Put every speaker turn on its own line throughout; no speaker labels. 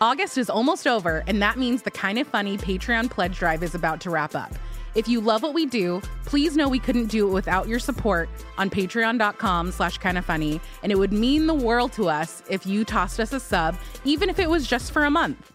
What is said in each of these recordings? August is almost over, and that means the Kind of Funny Patreon pledge drive is about to wrap up. If you love what we do, please know we couldn't do it without your support on patreon.com slash kind of funny, and it would mean the world to us if you tossed us a sub, even if it was just for a month.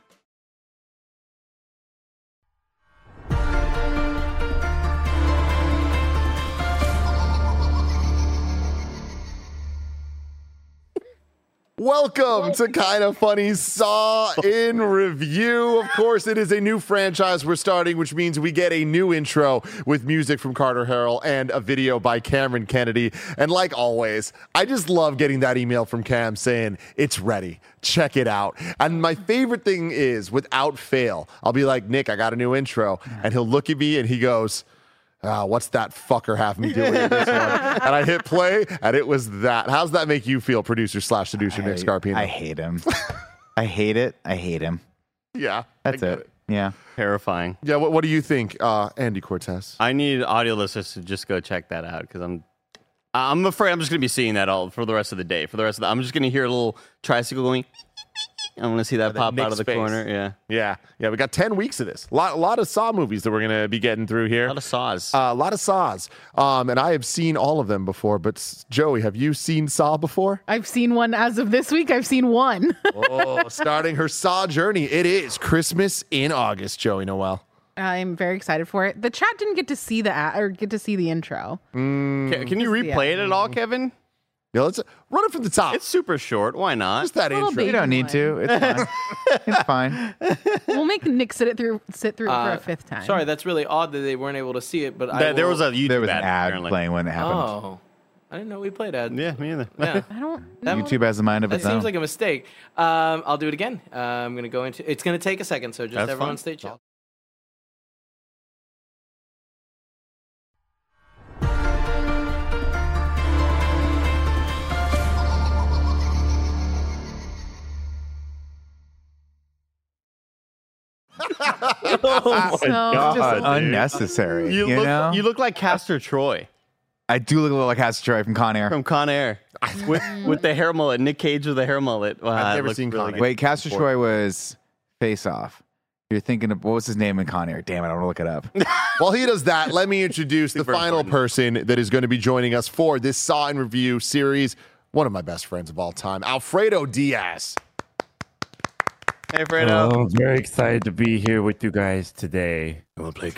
Welcome to Kind of Funny Saw in Review. Of course, it is a new franchise we're starting, which means we get a new intro with music from Carter Harrell and a video by Cameron Kennedy. And like always, I just love getting that email from Cam saying, It's ready. Check it out. And my favorite thing is, without fail, I'll be like, Nick, I got a new intro. And he'll look at me and he goes, Ah, what's that fucker have me doing in this one? And I hit play, and it was that. How's that make you feel, producer slash seducer Nick Scarpino?
I hate him. I hate it. I hate him.
Yeah, I
That's
get
it. Yeah.
Terrifying.
Yeah, what, what do you think, uh, Andy Cortez?
I need audio listeners to just go check that out because I'm I'm afraid I'm just gonna be seeing that all for the rest of the day. For the rest of the, I'm just gonna hear a little tricycle going. I want to see that pop out
Nick's
of the
face.
corner. Yeah,
Yeah, yeah, we got ten weeks of this. A lot, lot of Saw movies that we're gonna be getting through here.
a lot of saws.
uh, lot of Saws, um, and I have seen all of them before. But s- Joey, have you seen Saw before?
I've seen one as of this week. I've seen one.
oh, starting her Saw journey. It is Christmas in August. Joey Noel.
I'm very excited for it. The chat didn't get to see the ad, or get to see the intro.
can, can you
the
replay it at all, Kevin?
Yeah, let's run it from the top.
It's super short. Why not?
Just that
Little
intro.
You don't need to. It's fine. it's fine.
We'll make Nick sit it through, sit through it for a fifth time.
Uh, Sorry, that's really odd that they weren't able to see it, but I
There, there
will-
was a YouTube
There was an
ad,
ad
apparently.
playing when it happened.
Oh, I didn't know we played ads.
Yeah, me either.
Yeah.
I don't.
That-
know.
YouTube has a mind of
That
its
seems
own.
like a mistake. Um, I'll do it again. Uh, I'm gonna go into. It's gonna take a second, so just
That's
everyone
fine.
stay chill.
Oh
So
God,
just-
unnecessary. You,
you, look,
know,
you look like Castor Troy
I do look a little like Hass Troy from Con Air.
from Con Air with, with the hair mullet. Nick Cage with the hair mullet. Wow,
I've
it
never
looked
seen Con
really
Air.
good.
Wait, Castor Troy was Face Off. You're thinking of what was his name in Con Air? Damn it, I want to look it up.
While he does that, let me introduce the final person that is going to be joining us for this Saw and Review series. One of my best friends of all time, Alfredo Diaz.
Hey, Fredo.
I'm very excited to be here with you guys today.
Do you want to play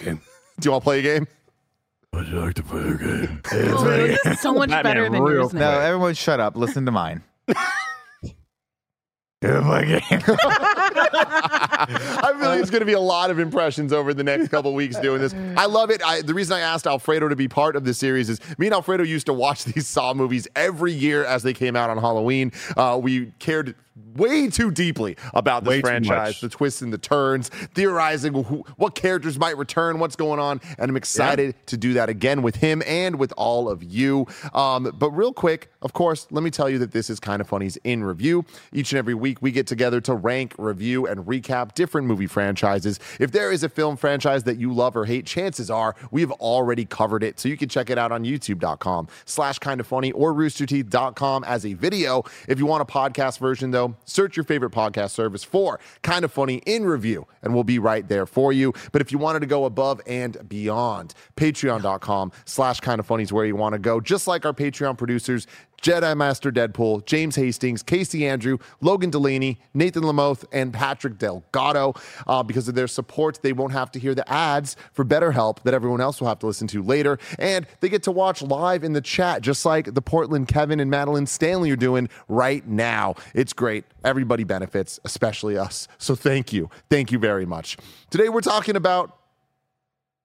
a game?
Oh, this is so much
Batman
better than
real
yours.
No,
Nick.
everyone, shut up. Listen to mine.
I feel like it's going to be a lot of impressions over the next couple weeks doing this. I love it. I, the reason I asked Alfredo to be part of this series is me and Alfredo used to watch these Saw movies every year as they came out on Halloween. Uh, we cared way too deeply about this
Way too
franchise,
much.
the twists and the turns, theorizing who, what characters might return, what's going on, and I'm excited to do that again with him and with all of you. Um, but real quick, of course, let me tell you that this is kind of funny's in review. Each and every week, we get together to rank, review, and recap different movie franchises. If there is a film franchise that you love or hate, chances are we've already covered it, so you can check it out on YouTube.com slash kind of funny or roosterteeth.com as a video. If you want a podcast version, though, search your favorite podcast service for Kind of Funny in Review, and we'll be right there for you. But if you wanted to go above and beyond, patreon.com slash kind of funny is where you want to go, just like our Patreon producers, Jedi Master Deadpool, James Hastings, Casey Andrew, Logan Delaney, Nathan Lamoth, and Patrick Delgado. Uh, because of their support, they won't have to hear the ads for BetterHelp that everyone else will have to listen to later. And they get to watch live in the chat, just like the Portland Kevin and Madeline Stanley are doing right now. It's great. Everybody benefits, especially us. So thank you. Thank you very much. Today we're talking about.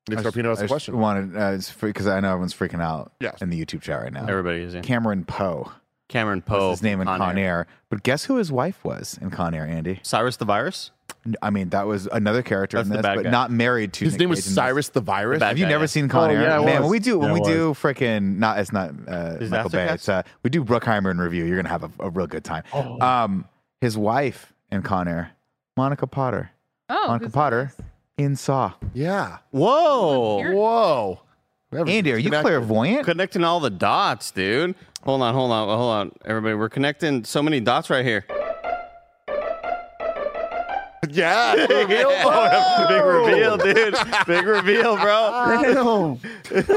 Nick Scarpino has
I
a
just
question.
Wanted uh, because I know everyone's freaking out
Yes.
in the YouTube chat right now.
Everybody is in.
Cameron Poe
Cameron
was
Poe.
his name in
from
Con, Air. but guess who his wife was in Con Air? Andy.
Cyrus the Virus.
I mean, that was another character
That's
in
the
this,
bad
but
guy.
not married to.
His
Nick
name was
Cage in this.
Cyrus the Virus.
bad
Have you
guy,
never
yeah.
seen Con
Oh,
Air?
yeah, I
Man,
was.
when we do when
Yeah, I
we
was.
do freaking not it's not uh,
Disaster
Michael Bay.
Cast?
It's uh, we do Bruckheimer in review. You're gonna have a, a real good time. Um, his wife in Con Air, Monica Potter.
Oh,
Monica
who's-
Potter in Saw.
Yeah.
Whoa.
Whoa.
Andy, are you
Connected.
clairvoyant?
Connecting all the dots, dude. Hold on, hold on, hold on, everybody. We're connecting so many dots right here.
Yeah, reveal.
Big reveal, dude. Big reveal, bro.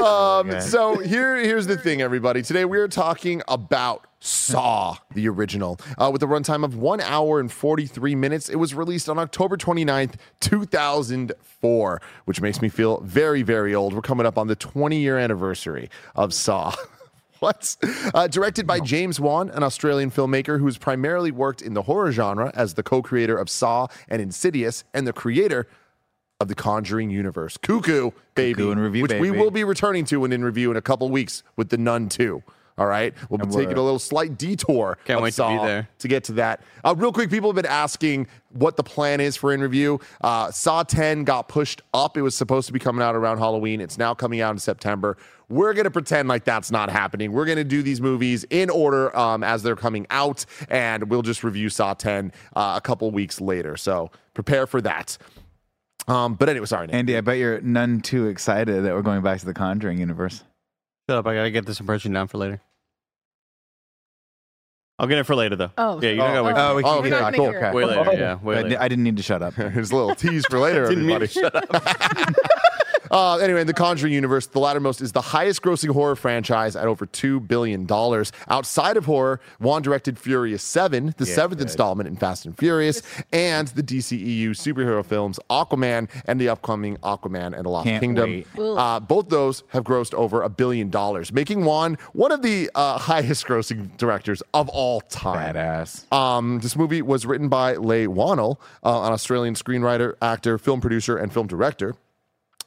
Um, so here, here's the thing, everybody. Today we are talking about Saw, the original, uh, with a runtime of one hour and 43 minutes. It was released on October 29th, 2004, which makes me feel very, very old. We're coming up on the 20 year anniversary of Saw. What? Uh, directed by James Wan, an Australian filmmaker who's primarily worked in the horror genre as the co creator of Saw and Insidious and the creator of the Conjuring universe. Cuckoo, baby.
Cuckoo and review,
which we
baby.
will be returning to in in review in a couple weeks with the Nun 2. All right. We'll be taking a little slight detour
Can't
of
wait to be
Saw
there.
to get to that. Uh, real quick, people have been asking what the plan is for in review. Uh, Saw 10 got pushed up. It was supposed to be coming out around Halloween. It's now coming out in September. We're going to pretend like that's not happening. We're going to do these movies in order um, as they're coming out, and we'll just review Saw 10 uh, a couple weeks later. So prepare for that. Um, but anyway, sorry, Nate.
Andy, I bet you're none too excited that we're going back to the Conjuring universe.
Shut up. I gotta get this impression down for later. I'll get it for later though.
Oh.
yeah, you don't gotta wait.
Oh,
Oh,
we can
okay,
hear it.
gonna
Cool.
hear it.
Way
Okay.
later, yeah, way
I,
later.
di- I didn't need to shut up.
Here's a little tease for later,
Didn't mean
everybody.
to shut up.
Uh, anyway, in the Conjuring universe, the lattermost is the highest grossing horror franchise at over $2 billion. Outside of horror, Juan directed Furious 7, the seventh installment in Fast and Furious, and the DCEU superhero films Aquaman and the upcoming Aquaman and the Lost
Can't
Kingdom.
wait.
Uh, both those have grossed over a billion dollars, making Juan one of the uh, highest grossing directors of all time.
Badass.
Um, this movie was written by Leigh Whannell, uh, an Australian screenwriter, actor, film producer, and film director.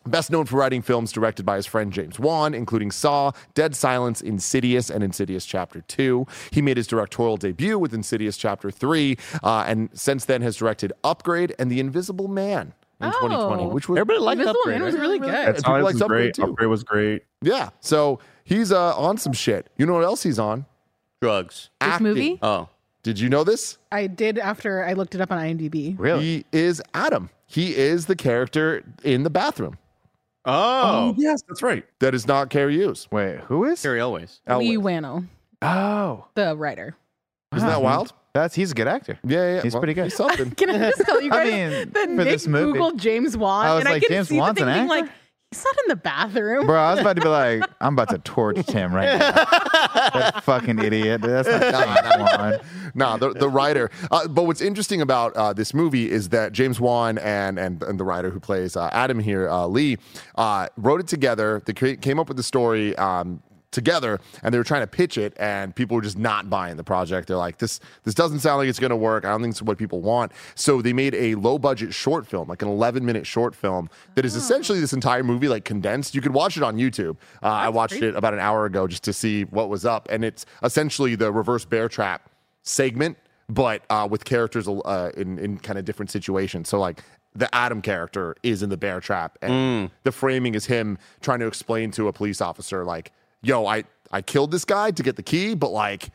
Best known for writing films directed by his friend James Wan, including Saw, Dead Silence, Insidious, and Insidious Chapter 2. He made his directorial debut with Insidious Chapter 3, uh, and since then has directed Upgrade and The Invisible Man in
Oh.
2020, which was
Everybody liked
Invisible
Upgrade.
Man was
right?
really good.
That's
people
honestly
liked Upgrade
great.
too.
Upgrade was great.
Yeah, so he's uh, on some shit. You know what else he's on?
Drugs.
This movie,
Oh.
Did you know this?
I did after I looked it up on IMDb.
He is Adam. He is the character in the bathroom.
Oh.
yes, that's right.
That is not Carrie Hughes.
Wait, who is?
Carrie always.
Lee Wano,
Oh,
the writer.
Isn't that wild?
that's he's a good actor.
Yeah, yeah, yeah.
Uh-huh. He's pretty good.
he's something.
Can I just tell you
I
guys
mean,
that
for
Nick
this movie.
Googled James Wan,
I was
and I
like,
can
James
see
Wan's
the
an
thing being
actor?
like, he's not in the bathroom.
Bro, I was about to be like, I'm about to torch him right now. that fucking idiot. dude. That's not James Wan.
nah, the, the writer. Uh, but what's interesting about uh, this movie is that James Wan and and, and the writer who plays uh, Adam here, uh, Lee, uh, wrote it together. They cre- came up with the story. Um, together and they were trying to pitch it and people were just not buying the project they're like this this doesn't sound like it's going to work i don't think it's what people want so they made a low budget short film like an 11 minute short film that is essentially this entire movie like condensed you could watch it on youtube uh, i watched it about an hour ago just to see what was up and it's essentially the reverse bear trap segment, but uh, with characters uh, in in kind of different situations. So like the Adam character is in the bear trap, and the framing is him trying to explain to a police officer like, "Yo, I I killed this guy to get the key, but like."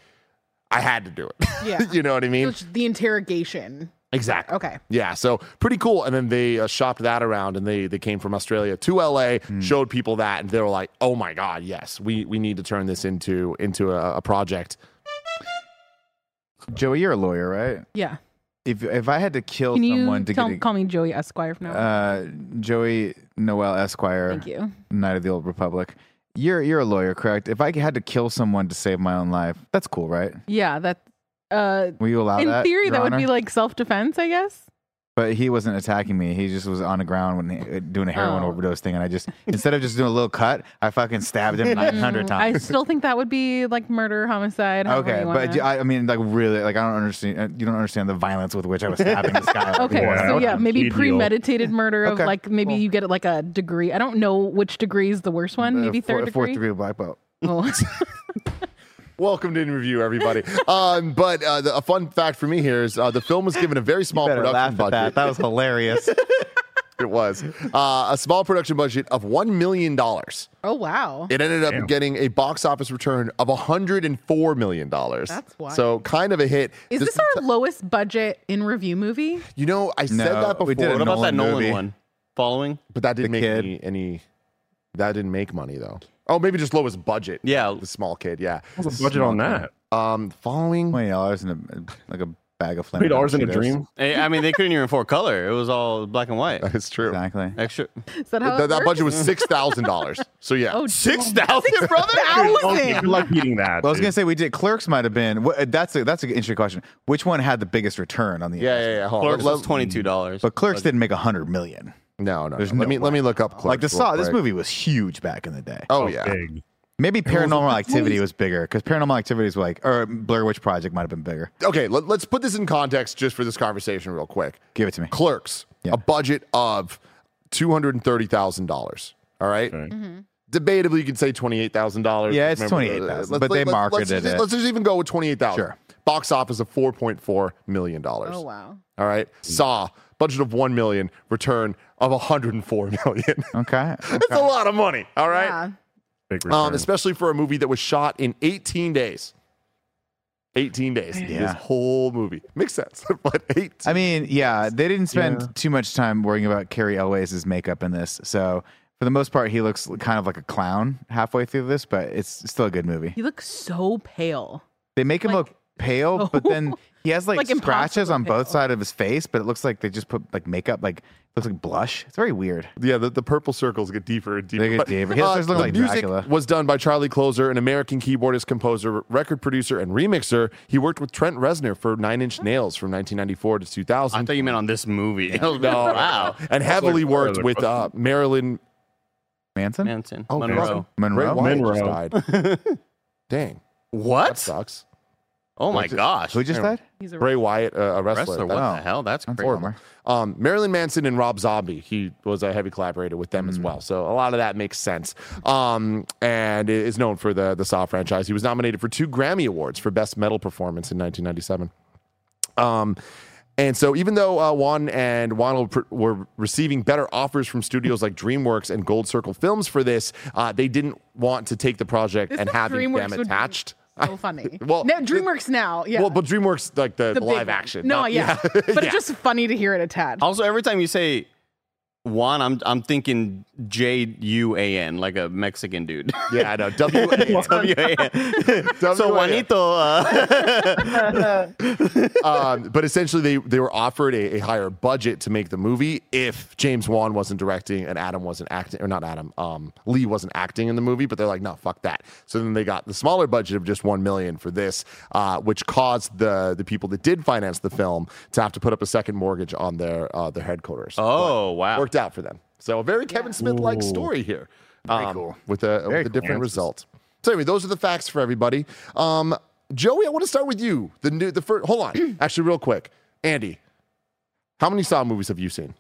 I had to do it.
Yeah.
you know what I mean?
Which- the interrogation.
Exactly.
Okay.
Yeah, so pretty cool. And then they uh, shopped that around, and they they came from Australia to LA, showed people that, and they were like, "Oh my god, yes, we we need to turn this into into a, a project."
Joey, you're a lawyer, right?
Yeah.
If if I had to kill
Can
someone
you
to
tell,
get
call me Joey Esquire from now
a,
on?
uh, Joey Noel Esquire,
Thank you.
Knight of the Old Republic. You're you're a lawyer, correct? If I had to kill someone to save my own life, that's cool, right?
Yeah, that. Uh,
Will you allow
in
that?
theory,
Your
that would
Honor?
be like self defense, I guess.
But he wasn't attacking me. He just was on the ground when he, uh, doing a heroin
Oh.
overdose thing, and I just instead of just doing a little cut, I fucking stabbed him 900
I
times.
still think that would be like murder, homicide. however
Okay,
you
but
wanna-
do- I, I mean, like, really, like, I don't understand. uh, You don't understand the violence with which I was stabbing this guy.
Okay,
Yeah,
so
that's
yeah,
a
maybe
plea deal.
premeditated murder of
Okay,
like maybe
cool.
you get like a degree. I don't know which degree is the worst one. Maybe third
Uh, fourth
degree.
degree black belt.
Oh.
Welcome to In Review, everybody. um, but uh, the, a fun fact for me here is uh, the film was given a very small
Better
production
laugh at
budget.
that. That was hilarious.
It was uh, a small production budget of one million dollars.
oh wow.
It ended up getting a box office return of hundred and four million dollars.
That's wild.
So kind of a hit.
Is this our lowest budget in review movie?
You know, I said
No,
that before,
we did
What
a
about that
Nolan
Nolan
movie.
one? Following?
but that didn't
The
make
kid.
any, any. That didn't make money though. Oh, maybe just lowest budget.
Yeah.
the small kid. Yeah.
What's the budget on that?
Um, following.
Twenty dollars and a, like a bag of Flanagan.
Three dollars in a
Cheetos.
dream.
Eh, I mean, they couldn't even afford color. It was all black and white.
That is true.
Exactly.
Extra
Is that how
That,
it
that
works?
budget was six thousand dollars. So yeah,
Oh,
six thousand, brother.
Okay,
thousand.
Good luck eating that.
Well, I was
dude.
gonna say we did. Clerks might have been. wh- That's a that's an interesting question. Which one had the biggest return on the?
yeah, yeah,
investment?
yeah. Hold on.
Clerks
Let-
was twenty two dollars.
But Clerks didn't make a hundred million.
no, no. no.
There's
Let
no
me
way.
let me look up. Clerks
like the
real
Saw, this
quick.
movie was huge back in the day.
Oh yeah,
Big.
Maybe Paranormal Activity was bigger because Paranormal Activity was like, or Blair Witch Project might have been bigger.
okay, let, us put this in context just for this conversation, real quick.
Give it to me.
Clerks,
Yeah.
a budget of two hundred and thirty thousand dollars. All right?
Okay.
Mm-hmm.
debatably, you could say twenty eight thousand dollars. uh,
Yeah, it's $28,000, but they marketed
let's,
it.
Let's just even go with twenty eight thousand.
Sure.
Box office of four point four million dollars.
Oh wow.
All right, Saw budget of one million, return of hundred and four million.
Okay.
That's a lot of money. All right.
Yeah.
Big
Um,
return.
especially for a movie that was shot in 18 days. 18 days. This
Yeah.
whole movie. Makes sense. but 18.
I mean, yeah, they didn't spend too much time worrying about Carrie Elway's makeup in this. So for the most part, he looks kind of like a clown halfway through this, but it's still a good movie.
He looks so pale.
They make him
Like,
look pale, but then he has like,
Like
scratches
impossibly
on both
pale.
sides of his face, but it looks like they just put like makeup, like looks like blush. It's very weird.
yeah, the, the purple circles get deeper and deeper.
They get
But,
deeper. He
uh,
does look
the
like
music
Dracula.
was done by Charlie Closer, an American keyboardist, composer, record producer, and remixer. He worked with Trent Reznor for Nine Inch Nails from 1994 to 2000.
I thought you meant on this movie. Oh, I was like, wow.
and heavily
like one
worked
other
with uh, Marilyn
Manson?
Manson.
oh,
Monroe.
Ray
Monroe?
Wyatt just
Monroe.
died. Dang, that
What?
sucks.
Oh my gosh.
Who just died?
He's a
Ray Wyatt, uh, a wrestler.
Wrestler.
That-
What
Wow.
the hell? That's
That's
crazy.
horrible.
Um, Marilyn Manson and Rob Zombie. He was a heavy collaborator with them as well. So a lot of that makes sense. Um, and is known for the the Saw franchise. He was nominated for two Grammy awards for Best Metal Performance in 1997. Um, and so even though uh, Juan and Juan were- were receiving better offers from studios like DreamWorks and Gold Circle Films for this, uh, they didn't want to take the project
This
and
is
have
DreamWorks
them
would-
attached.
so funny.
Well,
no, DreamWorks now. Yeah.
Well, but DreamWorks like the,
The
the
big
live
one.
action.
No,
not-
yeah. but it's just funny to hear it attached.
Also, every time you say Juan, I'm I'm thinking J U A N, like a Mexican dude.
yeah, I know. W-
W A N. So Juanito, uh,
um, but essentially they, they were offered a, a higher budget to make the movie if James Wan wasn't directing and Adam wasn't acting or not Adam um, Lee wasn't acting in the movie but they're like no fuck that so then they got the smaller budget of just 1 million for this uh, which caused the the people that did finance the film to have to put up a second mortgage on their uh, their headquarters But
oh wow,
worked out for them so a very Kevin Smith like story here um,
cool.
with a, with a
cool.
different result so anyway those are the facts for everybody um, Joey, I want to start with you. The new, the first. Hold on, actually, real quick, Andy, how many Saw movies have you seen?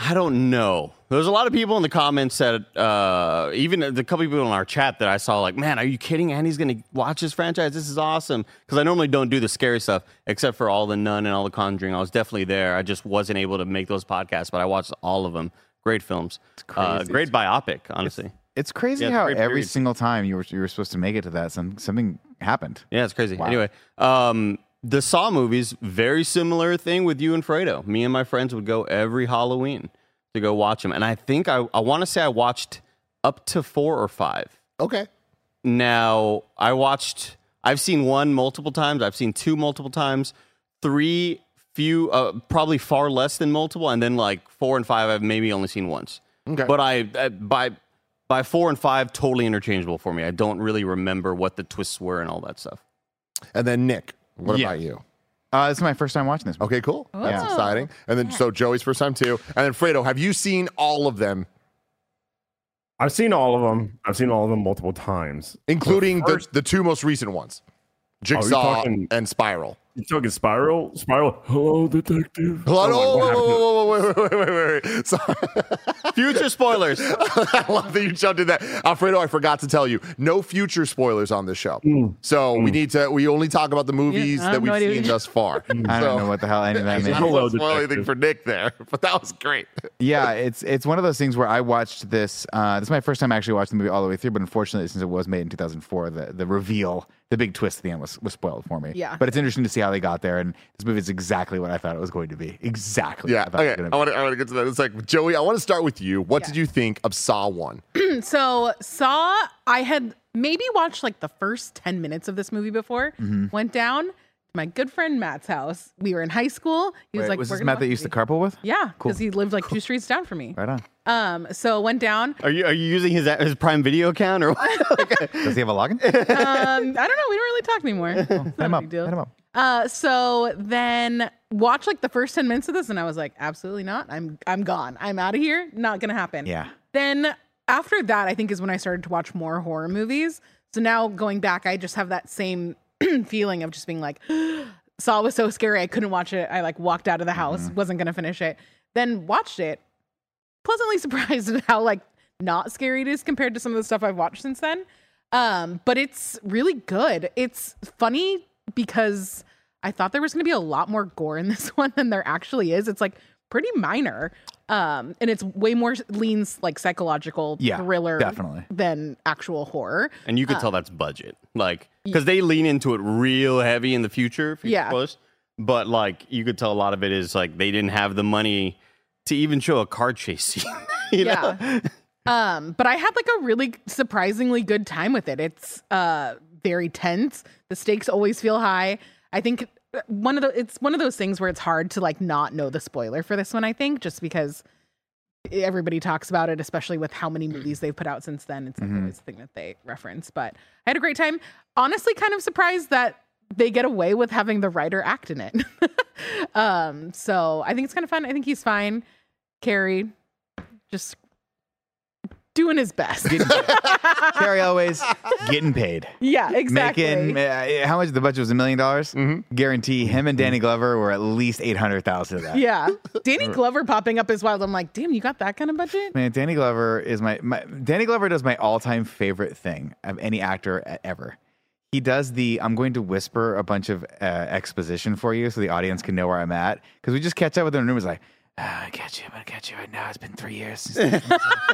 I don't know. There's a lot of people in the comments that uh, even the couple people in our chat that I saw like, man, are you kidding? Andy's gonna watch this franchise. This is awesome. Because I normally don't do the scary stuff, except for all the Nun and all the Conjuring. I was definitely there. I just wasn't able to make those podcasts, but I watched all of them. Great films. Uh,
crazy.
great biopic, honestly.
It's crazy
Yeah, it's a
how
great
every
period.
single time you were you were supposed to make it to that, some something happened.
Yeah, it's crazy. Anyway, um, the Saw movies, very similar thing with you and Fredo. Me and my friends would go every Halloween to go watch them. And I think I, I want to say I watched up to four or five.
Okay,
Now, I watched, I've seen one multiple times, I've seen two multiple times, three, few, uh, probably far less than multiple, and then like four and five, I've maybe only seen once.
Okay.
But I, I by, by four and five, totally interchangeable for me. I don't really remember what the twists were and all that stuff.
and then Nick, what about you?
Uh, this is my first time watching this. Movie.
Okay, cool, that's
Oh.
exciting. And then so Joey's first time too. And then Fredo, have you seen all of them,
I've seen all of them. I've seen all of them multiple times.
including the,
first-
the two most recent ones, Jigsaw
talking-
and Spiral?
You took a spiral. Spiral. Hello, detective.
Hold on,
Oh, what happened to-
whoa, whoa, whoa, whoa, wait, wait, wait, wait, wait. Sorry.
Future spoilers.
I love that you jumped in that. Alfredo, I forgot to tell you, no future spoilers on this show.
Mm.
So we need to, we only talk about the movies
I have
that we've
no idea what
seen
you-
thus far.
Mm. I
So-
don't know what the hell any of that
I
means.
don't
Hello,
want to spoil anything
detective.
for Nick there, but that was great.
yeah, it's it's one of those things where I watched this. Uh, this is my first time actually watching the movie all the way through, but unfortunately, since it was made in 2004, the, the reveal, the big twist at the end was, was spoiled for me.
Yeah.
But it's interesting to see how they got there, and this movie is exactly what I thought it was going to be. Exactly.
Yeah.
What I thought it was
Okay.
gonna
I
be.
want to. I want to get to that. It's like Joey. I want to start with you. What did you think of Saw One?
So Saw,
Mm-hmm.
I had maybe watched like the first 10 minutes of this movie before, went down to my good friend Matt's house. We were in high school. He was
Wait,
like,
was
"We're
this
gonna
Matt that
watch
you used to
a movie."
carpool with?
Yeah,
Cool.
because he lived like two streets down from me.
Right on.
Um, so went down.
Are you are you using his his Prime Video account or what?
Does he have a login?
Um, I don't know. We don't really talk anymore. It's not
Hit him
a
up.
big deal.
Hit him up.
Uh, so then watch like the first 10 minutes of this and I was like, absolutely not. I'm I'm gone. I'm out of here. Not gonna happen.
Yeah.
Then after that, I think is when I started to watch more horror movies. So now going back, I just have that same feeling of just being like, Saw was so scary I couldn't watch it. I like walked out of the house, wasn't gonna finish it. Then watched it. Pleasantly surprised at how like not scary it is compared to some of the stuff I've watched since then. Um, but it's really good. It's funny because I thought there was going to be a lot more gore in this one than there actually is. It's like pretty minor. Um, and it's way more leans like psychological
Yeah,
thriller
definitely.
than actual horror.
And you could tell that's budget, like because they lean into it real heavy in the future. future
Yeah.
spoilers. but like you could tell a lot of it is like they didn't have the money to even show a car chase scene. you know?
Yeah. um, but I had like a really surprisingly good time with it. It's uh very tense. The stakes always feel high. I think uh, one of the it's one of those things where it's hard to like not know the spoiler for this one, I think, just because everybody talks about it, especially with how many
Mm-hmm.
movies they've put out since then. It's like always the thing that they reference. But I had a great time. Honestly, kind of surprised that they get away with having the writer act in it. um, so I think it's kind of fun. I think he's fine. Carrie, just doing his best.
Carrie always getting paid.
yeah, exactly. Mm-hmm.
Making uh, how much? The budget was a million dollars. Guarantee him and Danny Glover were at least eight hundred thousand of that.
yeah, Danny Glover popping up as wild. I'm like, damn, you got that kind of budget.
Man, Danny Glover is my, my Danny Glover does my all-time favorite thing of any actor e- ever. He does the I'm going to whisper a bunch of uh, exposition for you so the audience can know where I'm at because we just catch up with him and he's like, ah, I got you, I'm gonna catch you right now. It's been three years. Since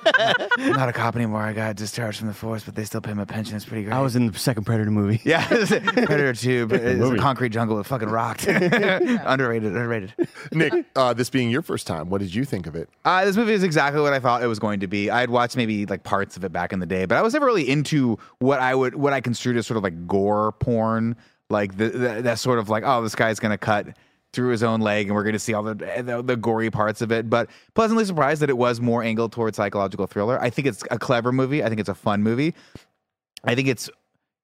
I'm not a cop anymore. I got discharged from the force, but they still pay my pension. It's pretty great.
I was in the second Predator movie.
yeah, Predator Two, but it's a
movie.
concrete jungle. It fucking rocked. underrated, underrated.
Nick, uh, this being your first time, what did you think of it?
Uh, this movie is exactly what I thought it was going to be. I had watched maybe like parts of it back in the day, but I was never really into what I would what I considered as sort of like gore porn, like the, the, that sort of like oh this guy's gonna cut through his own leg and we're gonna see all the, the the gory parts of it. But pleasantly surprised that it was more angled towards psychological thriller. I think it's a clever movie. I think it's a fun movie. I think it's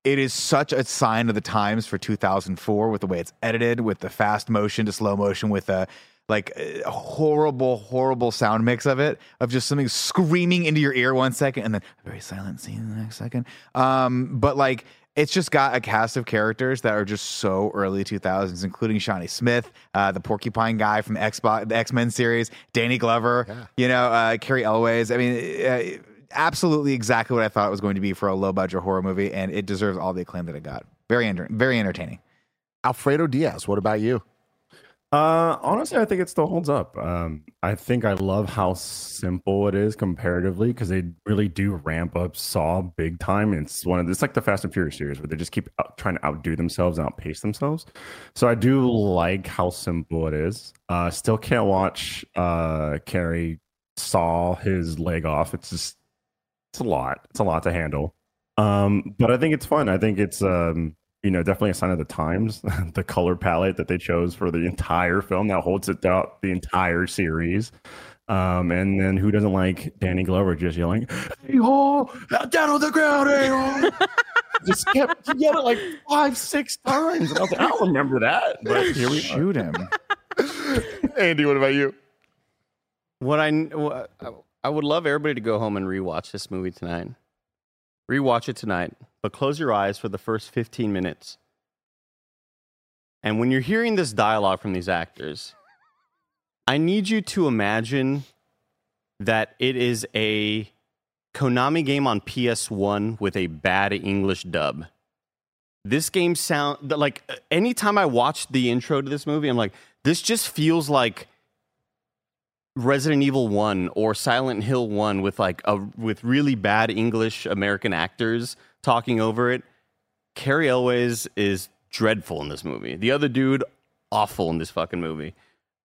it is such a sign of the times for 2004 with the way it's edited, with the fast motion to slow motion, with a like a horrible, horrible sound mix of it, of just something screaming into your ear one second and then a very silent scene the next second. Um, but like it's just got a cast of characters that are just so early 2000s, including Shawnee Smith, uh, the porcupine guy from X the X Men series, Danny Glover, you know, uh, Carrie Elways. I mean, uh, absolutely exactly what I thought it was going to be for a low budget horror movie, and it deserves all the acclaim that it got. Very, enter- very entertaining.
Alfredo Diaz, what about you?
Uh, honestly, I think it still holds up. Um, I think I love how simple it is comparatively because they really do ramp up Saw big time. And it's one of it's like the Fast and Furious series where they just keep out, trying to outdo themselves and outpace themselves. So I do like how simple it is. Uh, still can't watch uh Carrie saw his leg off. It's just it's a lot. It's a lot to handle. Um, but I think it's fun. I think it's um, you know, definitely a sign of the times. the color palette that they chose for the entire film that holds it throughout the entire series. Um, and then who doesn't like Danny Glover just yelling, "Hey hole, down on the ground, hey hole." just kept he yelled it like five, six times. And I was like, I don't remember that. But here we are.
Shoot him.
Andy, what about you?
What I wha- I would love everybody to go home and rewatch this movie tonight. Rewatch it tonight, but close your eyes for the first 15 minutes. And when you're hearing this dialogue from these actors, I need you to imagine that it is a Konami game on PS1 with a bad English dub. This game sound that, like anytime I watch the intro to this movie, I'm like, this just feels like Resident Evil 1 or Silent Hill 1 with like a with really bad English American actors talking over it. Carrie Elways is dreadful in this movie. The other dude awful in this fucking movie.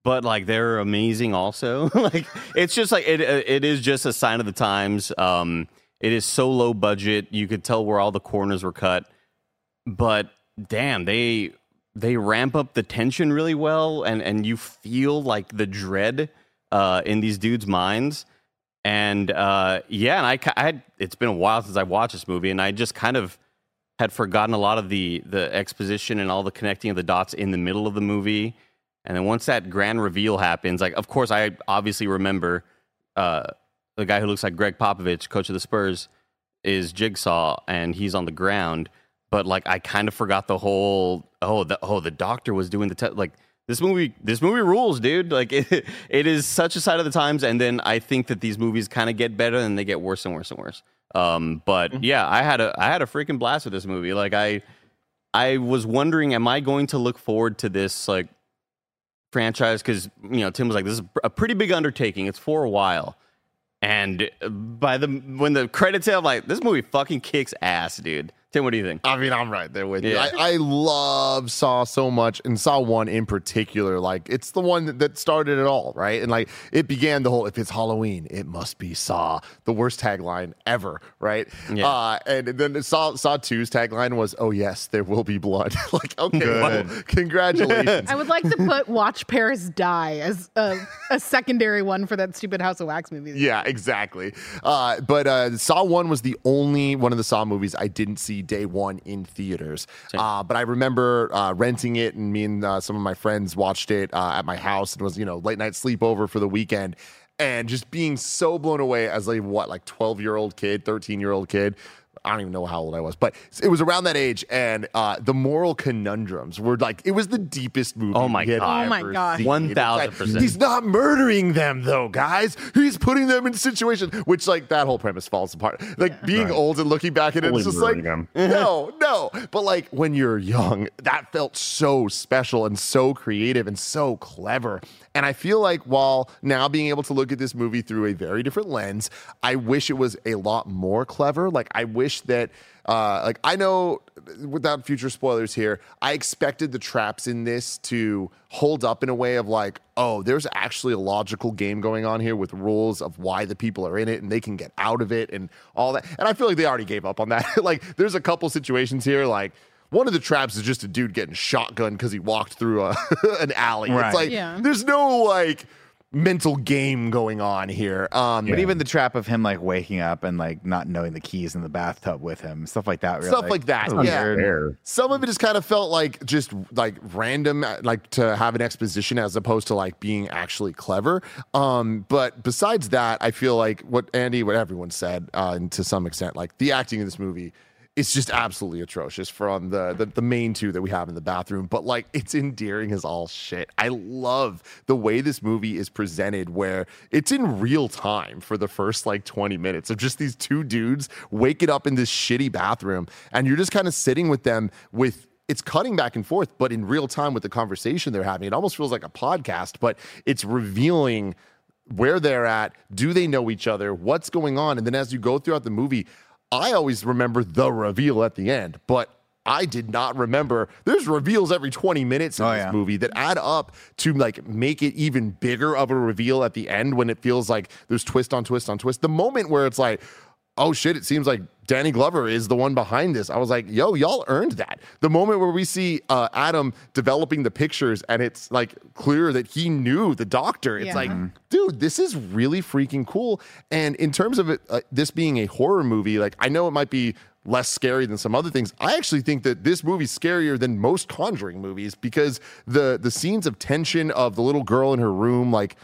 But like they're amazing also. like it's just like it uh, it is just a sign of the times. Um it is so low budget. You could tell where all the corners were cut but damn, they they ramp up the tension really well, and and you feel like the dread uh, in these dudes' minds. And uh, yeah, and I, ki- I had, it's been a while since I watched this movie, and I just kind of had forgotten a lot of the the exposition and all the connecting of the dots in the middle of the movie. And then once that grand reveal happens, like of course I obviously remember uh, the guy who looks like Greg Popovich, coach of the Spurs, is Jigsaw, and he's on the ground. But like I kind of forgot the whole oh the oh the doctor was doing the te- like this movie this movie rules, dude. Like it, it is such a side of the times. And then I think that these movies kind of get better and they get worse and worse and worse. Um, but yeah, I had a I had a freaking blast with this movie. Like I I was wondering, am I going to look forward to this like franchise? Because you know Tim was like, this is a pretty big undertaking. It's for a while. And uh, by the when the credits hit, I'm like, this movie fucking kicks ass, dude. Tim, what do you think?
I mean, I'm right there with you.
Yeah.
I, I love Saw so much, and Saw one in particular. Like, it's the one that, that started it all, right? And like, it began the whole "If it's Halloween, it must be Saw." The worst tagline ever, right?
Yeah.
Uh, and then Saw Saw two's tagline was "Oh yes, there will be blood." like, okay, well, congratulations.
I would like to put Watch Paris Die as a, a secondary one for that stupid House of Wax movie.
Yeah, exactly. Uh, but uh, Saw One was the only one of the Saw movies I didn't see day one in theaters. Uh, but I remember uh, renting it, and me and uh, some of my friends watched it uh, at my house. It was you know late night sleepover for the weekend, and just being so blown away as a what like twelve year old kid, thirteen year old kid. I don't even know how old I was, but it was around that age, and uh, the moral conundrums were like it was the deepest movie.
Oh my
we had
God.
Oh my
ever
God.
seen. It's like,
1000%.
He's not murdering them though, guys. He's putting them in situation which like that whole premise falls apart. Like being old and looking back at it,
Fully
it's just like
murdering
no, no. But like when you're young, that felt so special and so creative and so clever. And I feel like while now being able to look at this movie through a very different lens, I wish it was a lot more clever. Like I wish that uh, like I know uh, without future spoilers here, I expected the traps in this to hold up in a way of like, oh, there's actually a logical game going on here with rules of why the people are in it and they can get out of it and all that. And I feel like they already gave up on that. like, there's a couple situations here, like. One of the traps is just a dude getting shotgun because he walked through a, an alley.
Right.
It's like
Yeah.
there's no like mental game going on here. Um,
But even the trap of him like waking up and like not knowing the keys in the bathtub with him, stuff like that. where you're
Stuff like that,
"Oh,
yeah.
weird."
Fair.
some of it just kind of felt like just like random uh, like to have an exposition as opposed to like being actually clever um but besides that i feel like what andy what everyone said uh and to some extent like the acting in this movie is just absolutely atrocious from the, the the main two that we have in the bathroom but like it's endearing as all shit i love the way this movie is presented where it's in real time for the first like 20 minutes of just these two dudes waking up in this shitty bathroom and you're just kind of sitting with them with it's cutting back and forth but in real time with the conversation they're having it almost feels like a podcast but it's revealing where they're at do they know each other what's going on and then as you go throughout the movie i always remember the reveal at the end but i did not remember there's reveals every 20 minutes in
Oh,
this
yeah.
movie movie that add up to like make it even bigger of a reveal at the end when it feels like there's twist on twist on twist. The moment where it's like, oh shit, it seems like Danny Glover is the one behind this. I was like, yo, y'all earned that. The moment where we see uh, Adam developing the pictures and it's like clear that he knew the doctor. It's
Yeah.
like, dude, this is really freaking cool. And in terms of it, uh, this being a horror movie, like I know it might be less scary than some other things. I actually think that this movie's scarier than most Conjuring movies because the the scenes of tension of the little girl in her room, like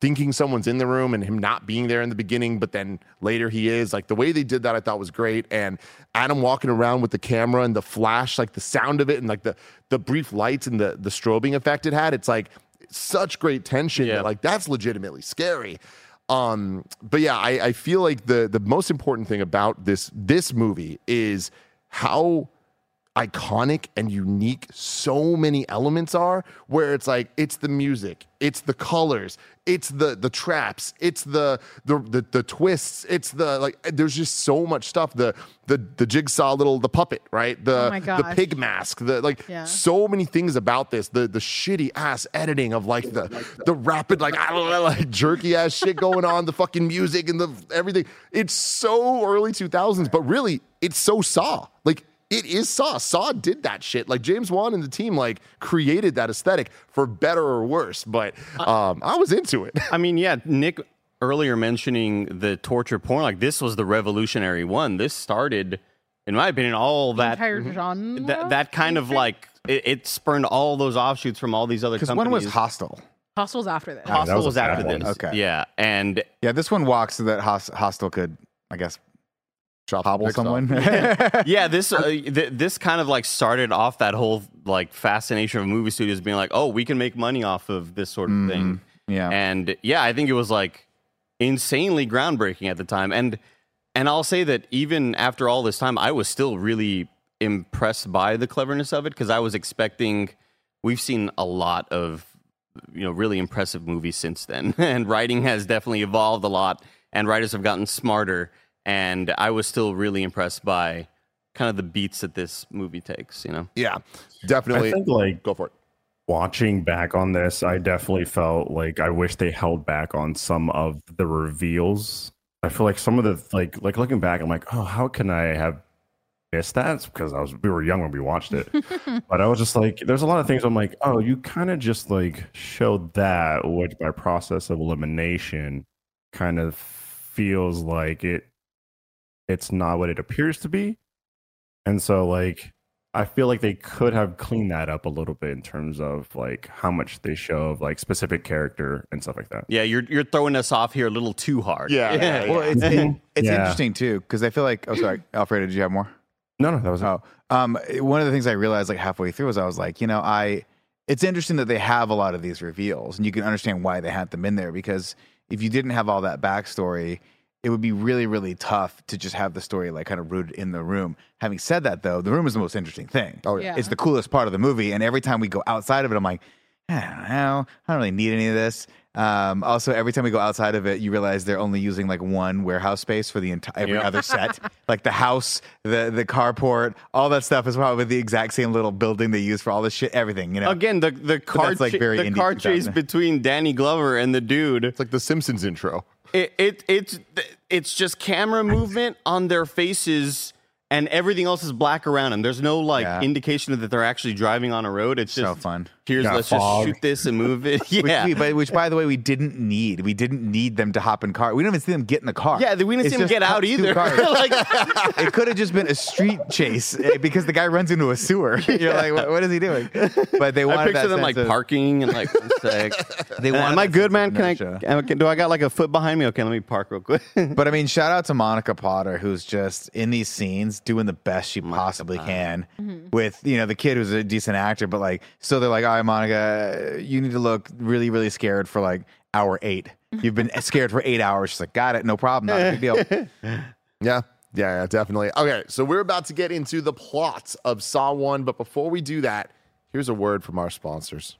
thinking someone's in the room and him not being there in the beginning, but then later he is. Like the way they did that, I thought was great. And Adam walking around with the camera and the flash, like the sound of it, and like the the brief lights and the the strobing effect it had. It's like such great tension.
Yeah.
That, like that's legitimately scary. Um, but yeah, I, I feel like the the most important thing about this this movie is how iconic and unique so many elements are where it's like it's the music it's the colors it's the the traps it's the the the, the twists it's the like there's just so much stuff the the the jigsaw little the puppet right the
Oh my
the
gosh.
pig mask the like
Yeah.
so many things about this the the shitty ass editing of like the the rapid like I don't know, like jerky ass shit going on the fucking music and the everything it's so early 2000s but really it's so saw like it is Saw. Saw did that shit. Like James Wan and the team like created that aesthetic for better or worse. But um, I was into it.
I mean, yeah, Nick earlier mentioning the torture porn, like this was the revolutionary one. This started, in my opinion, all that
entire genre.
that, that kind of like it, it spurned all those offshoots from all these other
Because
companies.
one was hostile.
Hostels after this.
Hostel
was
was,
a bad
after
one.
this.
Okay.
Yeah, and
Yeah, this one walks so that hos- hostile could, I guess,
Chop
hobble
next
someone.
off.
yeah, this uh, th- this kind of like started off that whole like fascination of movie studios being like, oh, we can make money off of this sort of thing.
Mm-hmm.
yeah.
And yeah, I think it was like insanely groundbreaking at the time. And and I'll say that even after all this time, I was still really impressed by the cleverness of it because I was expecting we've seen a lot of you know really impressive movies since then and writing has definitely evolved a lot and writers have gotten smarter and I was still really impressed by kind of the beats that this movie takes, you know.
Yeah,
I
definitely.
think like
Go for it.
watching back on this, I definitely felt like I wish they held back on some of the reveals. I feel like some of the like like looking back, I'm like, oh, how can I have missed that? It's because I was we were young when we watched it. but I was just like, there's a lot of things I'm like, oh, you kind of just like showed that, which by process of elimination kind of feels like it it's not what it appears to be. And so like I feel like they could have cleaned that up a little bit in terms of like how much they show of like specific character and stuff like that.
Yeah, you're you're throwing us off here a little too hard.
Yeah, yeah, yeah.
well, it's, it- it's
Yeah.
interesting too because I feel like. Oh, sorry, Alfredo, did you have more?
No, no, that was
Oh, um, one of the things I realized like halfway through was I was like, you know, I. It's interesting that they have a lot of these reveals, and you can understand why they had them in there because if you didn't have all that backstory, it would be really, really tough to just have the story like kind of rooted in the room. Having said that, though, the room is the most interesting thing.
Oh, yeah.
Yeah.
it's the coolest part of the movie. And every time we go outside of it, I'm like, I don't know, I don't really need any of this. Um, also, every time we go outside of it, you realize they're only using like one warehouse space for the entire every
Yep.
other set, like the house, the the carport, all that stuff is probably the exact same little building they use for all this shit. Everything, you know.
Again, the the car
that's, like,
cha-
very
the
indie
car
design.
chase between Danny Glover and the dude.
It's like the Simpsons intro.
It, it it's it's just camera movement on their faces, and everything else is black around them. There's no like
Yeah.
indication that they're actually driving on a road. It's
So
just
fun.
Here's
Got
let's
fog.
just shoot this and move it.
Which,
Yeah,
we, but, which, by the way, we didn't need. We didn't need them to hop in car. We didn't even see them get in the car.
yeah. We didn't
It's
see him
just
get out
two
either.
cars.
like,
it could have just been a street chase eh, because the guy runs into a sewer. You're like, what, what is he doing? But they wanted
I picture
that
them like
sense of-
parking and like one sec.
They wanted
Am I
that
good, man?
sense
Can I?
of inertia.
am I- can- Do I got like a foot behind me? Okay, let me park real quick.
But I mean, shout out to Monica Potter, who's just in these scenes doing the best she possibly can with, you know, the kid who's a decent actor, but like, so they're like, all right, Monica, you need to look really, really scared for like hour eight. You've been scared for eight hours. She's like, got it, no problem, not a big deal.
Yeah. Yeah, yeah, definitely. Okay, so we're about to get into the plots of Saw 1, but before we do that, here's a word from our sponsors.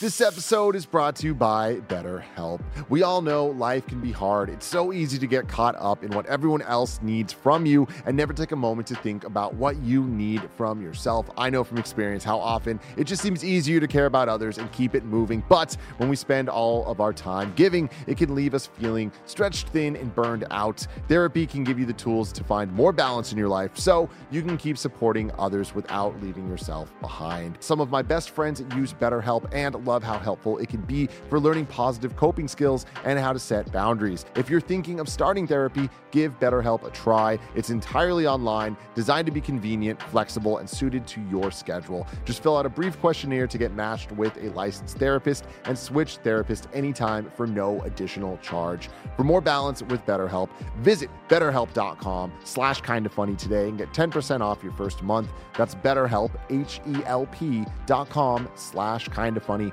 This episode is brought to you by BetterHelp. We all know life can be hard. It's so easy to get caught up in what everyone else needs from you and never take a moment to think about what you need from yourself. I know from experience how often it just seems easier to care about others and keep it moving. But when we spend all of our time giving, it can leave us feeling stretched thin and burned out. Therapy can give you the tools to find more balance in your life so you can keep supporting others without leaving yourself behind. Some of my best friends use BetterHelp and love how helpful it can be for learning positive coping skills and how to set boundaries. If you're thinking of starting therapy, give BetterHelp a try. It's entirely online, designed to be convenient, flexible, and suited to your schedule. Just fill out a brief questionnaire to get matched with a licensed therapist and switch therapist anytime for no additional charge. For more balance with BetterHelp, visit betterhelp.com slash kind of funny today and get 10% off your first month. That's betterhelp, H-E-L-P dot com slash kind of funny,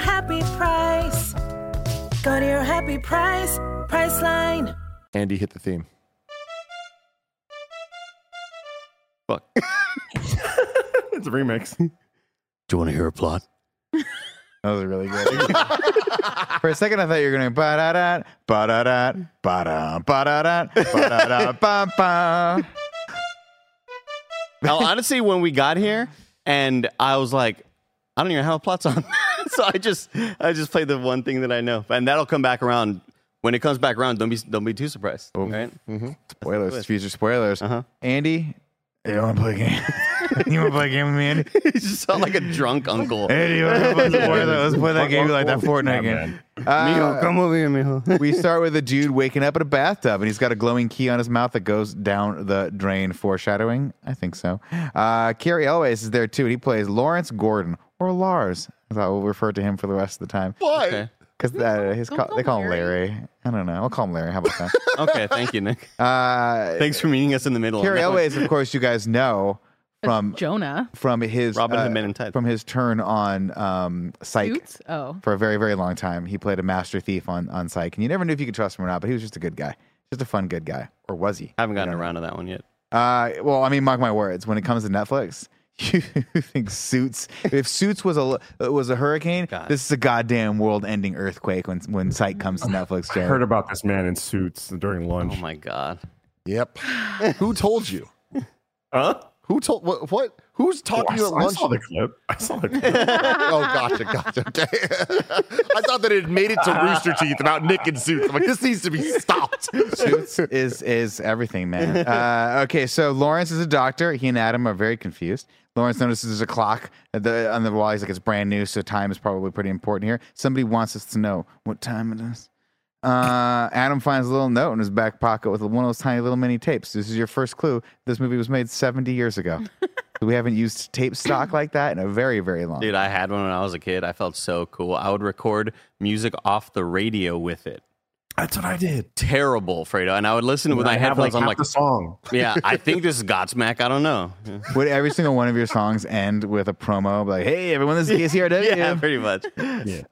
happy price. Go to your happy price, Priceline.
Andy, hit the theme.
Fuck.
It's a remix.
Do you want to hear a plot?
That was really good. For a second, I thought you were going to ba da da ba da da ba da ba da da ba da da ba ba.
Now, honestly, when we got here, and I was like, I don't even have a plot's on, so I just I just played the one thing that I know, and that'll come back around. When it comes back around, don't be don't be too surprised. Right?
Spoilers, future spoilers.
Uh-huh.
Andy, you want to play a game? you want to play a game with me, Andy?
you just sound like a drunk uncle.
Andy, you wanna play- let's play that- let's play that game like that Fortnite game. Uh,
come over here, mijo.
we start with a dude waking up in a bathtub and he's got a glowing key on his mouth that goes down the drain. Foreshadowing? I think so. Uh, Carrie Elways is there too, and he plays Lawrence Gordon or Lars, as I will refer to him for the rest of the time.
Why?
Okay.
Because uh, his call, they call him Larry. I don't know. I'll call him Larry. How about that?
okay, thank you, Nick.
uh,
Thanks for meeting us in the middle. on
Carrie
that one.
Elways, of course, you guys know from
Jonah.
from his uh,
Robin Hood Men in Tights.
from his turn on um, Psych
Suits? Oh.
for a very very long time. He played a master thief on on Psych, and you never knew if you could trust him or not. But he was just a good guy, just a fun good guy, or was he?
Haven't gotten around to that one yet.
Uh, well, I mean, mark my words. When it comes to Netflix, you think Suits? If Suits was a was a hurricane,
God.
this is a goddamn world-ending earthquake when when Psych comes to Netflix.
I
Jared.
heard about this man in suits during lunch.
Oh my god.
Yep. Who told you?
huh?
Who told what? what? Who's
Oh,
talking
I,
to you at
saw, I
lunch?
saw the clip. I saw the clip.
oh, gotcha, gotcha. Okay. I thought that it had made it to Rooster Teeth about Nick and Suits. I'm like, this needs to be stopped.
Suits is is everything, man. Uh, okay, so Lawrence is a doctor. He and Adam are very confused. Lawrence notices there's a clock at the, on the wall. He's like, it's brand new, so time is probably pretty important here. Somebody wants us to know what time it is. Uh, Adam finds a little note in his back pocket with one of those tiny little mini tapes. This is your first clue. This movie was made 70 years ago. we haven't used tape stock like that in a very, very long
Dude, I had one when I was a kid. I felt so cool. I would record music off the radio with it.
That's what I did.
Terrible, Fredo. And I would listen with my
I have,
headphones. I'm
like, half
like,
the song.
yeah, I think this is Godsmack. I don't know. Yeah,
Would every single one of your songs end with a promo like, hey, everyone, this is KCRW?
pretty much.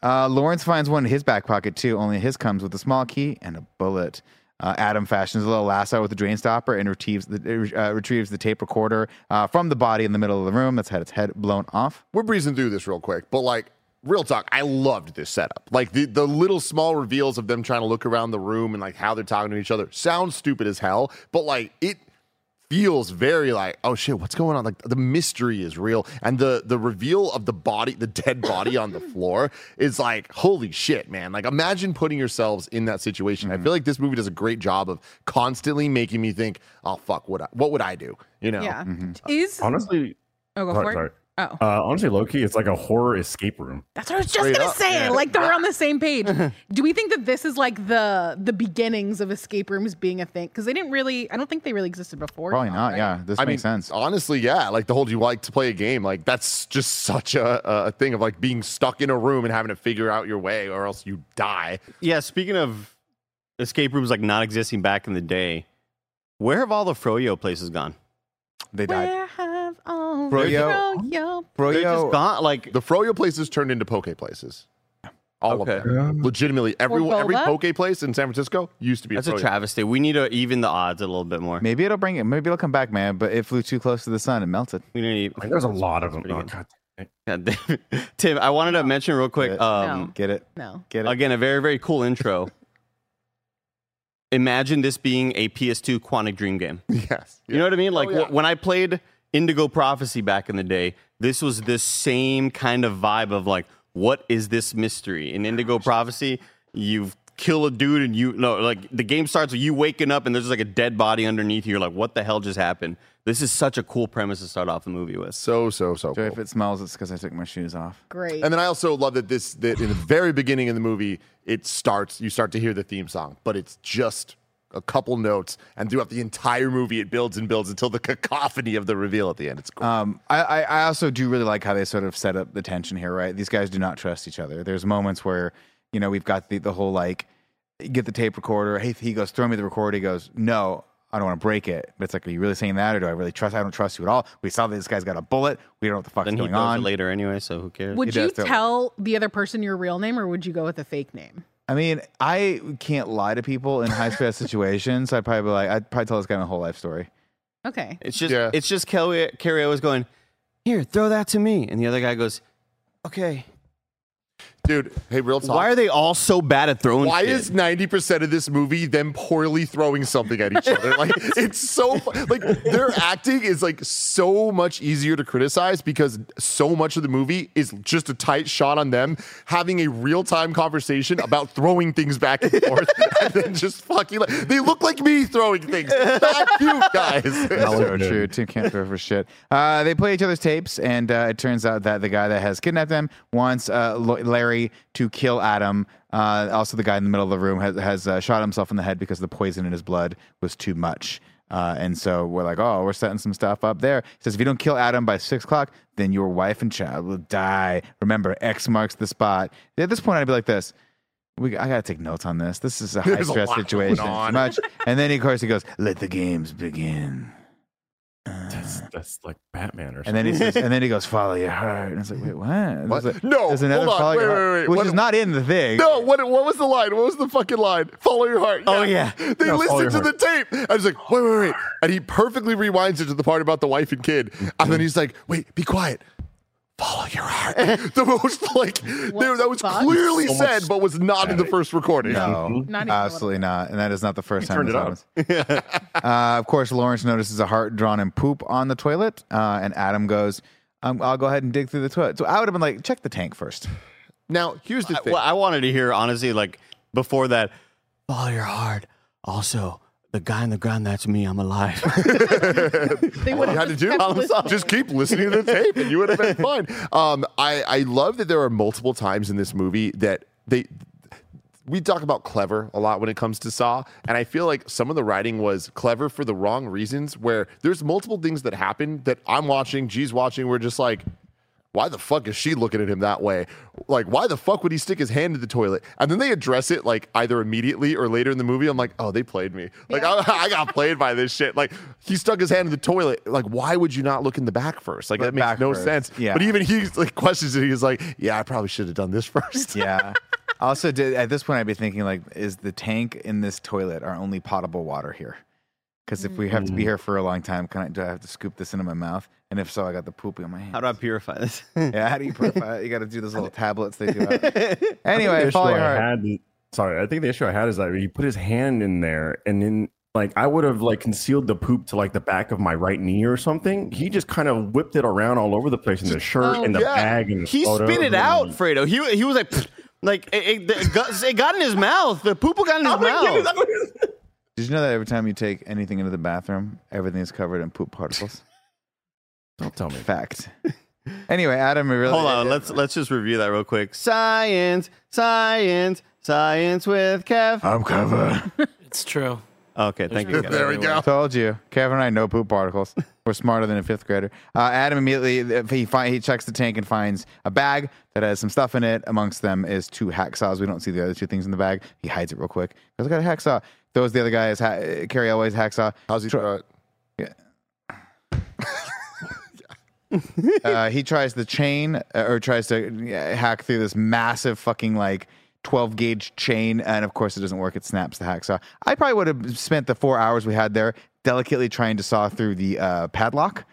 Uh, Lawrence finds one in his back pocket too, only his comes with a small key and a bullet. Uh, Adam fashions a little lasso with a drain stopper and retrieves the, uh, retrieves the tape recorder uh, from the body in the middle of the room that's had its head blown off.
We're breezing through this real quick, but like, real talk, I loved this setup. Like, the, the little small reveals of them trying to look around the room and like how they're talking to each other sounds stupid as hell, but like, it feels very like oh shit what's going on like the mystery is real and the the reveal of the body the dead body on the floor is like holy shit man like imagine putting yourselves in that situation i feel like this movie does a great job of constantly making me think oh fuck what I, what would i do you know
Yeah. Is
Honestly,
oh go
sorry,
for
sorry.
it. Oh,
Uh, honestly, Loki, it's like a horror escape room.
that's what I was
Straight
just gonna
up,
say.
yeah.
Like they're on the same page. Do we think that this is like the the beginnings of escape rooms being a thing? Because they didn't really. I don't think they really existed before.
Probably
now,
not.
right?
Yeah, this
I mean,
makes sense.
honestly, yeah. Like the whole "do you like to play a game?" Like that's just such a, a thing of like being stuck in a room and having to figure out your way, or else you die.
Yeah, speaking of escape rooms like not existing back in the day, where have all the froyo places gone?
They died.
Where have all the
Froyo-
Froyo
They're just
Froyo,
gone. Like
The Froyo places turned into poke places. All of
Okay.
them, legitimately. Every
Or
every
boba?
poke place in San Francisco used to be
that's
a
a
Froyo.
travesty. We need to even the odds a little bit more.
maybe it'll bring it. Maybe it'll come back, man. But it flew too close to the sun. It melted.
We need
Like, there's a lot of them.
pretty
Oh,
good.
God.
God damn it. Tim, I wanted to mention real quick. Um,
Get it?
No.
Get it?
Again, a very very cool intro. Imagine this being a PS2 Quantic Dream game.
Yes,
You know what I mean? Like
Oh,
yeah.
wh- when I played Indigo Prophecy back in the day, this was the same kind of vibe of like, what is this mystery? In Indigo Prophecy, you kill a dude and you no like the game starts with you waking up and there's like a dead body underneath you. You're like, what the hell just happened? This is such a cool premise to start off the movie with.
so so so.
So
cool.
if it smells, it's because I took my shoes off.
Great.
And then I also love that this that in the very beginning of the movie it starts you start to hear the theme song, but it's just a couple notes, and throughout the entire movie it builds and builds until the cacophony of the reveal at the end. It's cool.
Um, I, I, I also do really like how they sort of set up the tension here, right? These guys do not trust each other. There's moments where, you know, we've got the, the whole like, get the tape recorder. Hey, he goes, throw me the recorder. He goes, no, I don't want to break it. But it's like, are you really saying that? Or do I really trust? I don't trust you at all. We saw that this guy's got a bullet. We don't know what the fuck's
Then he
going
does it
on.
later anyway, so who cares?
would
it
you
does tell-
tell the other person your real name, or would you go with a fake name?
I mean, I can't lie to people in high stress situations. So I'd probably be like, I'd probably tell this guy my whole life story.
Okay.
It's just
Yeah.
it's just Kelly Carrie always going, here, throw that to me. And the other guy goes, okay.
Dude, hey, real talk.
Why are they all so bad at throwing
Why
shit?
is 90% of this movie them poorly throwing something at each other? Like, it's so, fu- like, their acting is like so much easier to criticize because so much of the movie is just a tight shot on them having a real time conversation about throwing things back and forth and then just fucking, like, they look like me throwing things, not you guys.
so true. Two can't throw for shit. Uh, they play each other's tapes, and uh, it turns out that the guy that has kidnapped them wants uh, Lo- Larry to kill Adam. Uh, also, the guy in the middle of the room has, has uh, shot himself in the head because the poison in his blood was too much. Uh, and so we're like, oh, we're setting some stuff up there. He says, if you don't kill Adam by six o'clock, then your wife and child will die. Remember, X marks the spot. At this point, I'd be like this. We, I gotta take notes on this. This is a high
There's a
stress
lot going
situation. It's
on.
Much, and then of course he goes, "Let the games begin."
That's, that's like Batman or
And
something.
then he says, and then he goes, "Follow your heart." And it's like, wait, what? There's
What?
a-
No,
there's another
hold on,
follow your
wait,
heart,
wait, wait,
which
what-
is not in the thing.
No, what what was the line? What was the fucking line? Follow your heart.
Oh, yeah.
They
No, follow
listened to
your
the tape. I was like, wait, wait, wait. And he perfectly rewinds it to the part about the wife and kid. And
Mm-hmm.
then he's like, wait, be quiet. Follow your heart. the most like there, that was
fuck?
clearly
So much
said, but was not in the first recording.
No,
Not even a
absolutely not. And that is not the first time
turned
this
it up.
happens. uh, of course, Lawrence notices a heart drawn in poop on the toilet, uh, and Adam goes, um, "I'll go ahead and dig through the toilet." So I would have been like, "Check the tank first.
Now here's the
I,
thing.
well, I wanted to hear honestly, like before that, follow your heart. Also, the guy in the ground, that's me. I'm alive.
They would
you had
have
to do.
just kept
Just keep listening to the tape, and you would have been fine. Um, I I love that there are multiple times in this movie that they. We talk about clever a lot when it comes to Saw, and I feel like some of the writing was clever for the wrong reasons. Where there's multiple things that happen that I'm watching, G's watching. We're just like, why the fuck is she looking at him that way? Like, why the fuck would he stick his hand in the toilet? And then they address it like either immediately or later in the movie. I'm like, oh, they played me. Like, I, I got played by this shit. Like, he stuck his hand in the toilet. Like, why would you not look in the back first? Like, that makes
back
no
first.
sense.
Yeah.
But even he like questions it. He's like, yeah, I probably should have done this first.
Yeah. also, did, at this point, I'd be thinking like, is the tank in this toilet our only potable water here? Because if we have
Mm.
to be here for a long time, can I, do I have to scoop this into my mouth? And if so, I got the poopy on my hand.
How do I purify this?
yeah, how do you purify it? You got to do those little tablets they do. out.
The
Anyway,
issue
follow
I
your heart.
had, sorry, I think the issue I had is that he put his hand in there and then like I would have like concealed the poop to like the back of my right knee or something. He just kind of whipped it around all over the place in the shirt
oh,
and the
yeah.
bag and the
he
photo.
spit it out, Fredo. He he was like, "Pfft." like it, it, it got, it got in his mouth. The poop got in
Oh
his mouth.
Did you know that every time you take anything into the bathroom, everything is covered in poop particles?
Don't tell me.
Fact. Anyway, Adam, we really
Hold on, let's let's just review that real quick. Science, science, science with Kev.
I'm covered.
It's true.
Okay, thank you. Kev.
there we go.
Told you, Kevin and I know poop particles. We're smarter than a fifth grader. Uh, Adam immediately he find, he checks the tank and finds a bag that has some stuff in it. Amongst them is two hacksaws. We don't see the other two things in the bag. He hides it real quick. Goes, I got a hacksaw. Throws the other guy is ha- Carrie Elway's hacksaw.
How's he? Uh,
Uh, he tries the chain uh, or tries to uh, hack through this massive fucking like. 12 gauge chain, and of course, it doesn't work. It snaps the hacksaw. I probably would have spent the four hours we had there delicately trying to saw through the uh, padlock.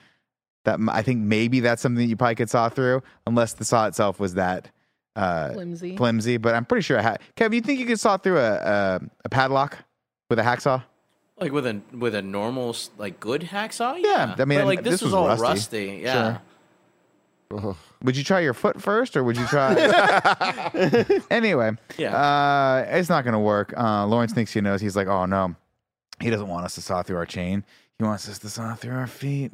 that m- I think maybe that's something that you probably could saw through, unless the saw itself was that uh,
flimsy.
flimsy. But I'm pretty sure. I ha- Kev, you think you could saw through a, a a padlock with a hacksaw?
Like with a with a normal s- like good hacksaw.
Yeah, I mean,
but, like
this
this,
was
was, all
rusty.
rusty. Yeah.
Sure. Would you try your foot first, or would you try? anyway,
Yeah.
uh, it's not going to work. Uh, Lawrence thinks he knows. He's like, oh no, he doesn't want us to saw through our chain. He wants us to saw through our feet.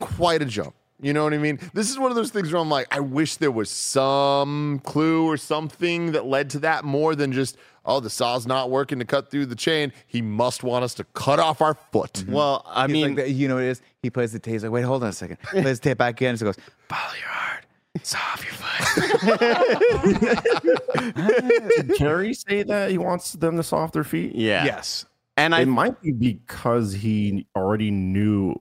quite a jump. You know what I mean? This is one of those things where I'm like, I wish there was some clue or something that led to that more than just, oh, the saw's not working to cut through the chain. He must want us to cut off our foot.
Well, I
Hmm. He's
mean,
like, you know what it is? He plays the tape. He's like, wait, hold on a second. Plays the tape back again. So he goes, follow your heart, saw off your foot.
Did Carrie say that he wants them to soft their feet?
yeah,
yes.
And I
it might be because he already knew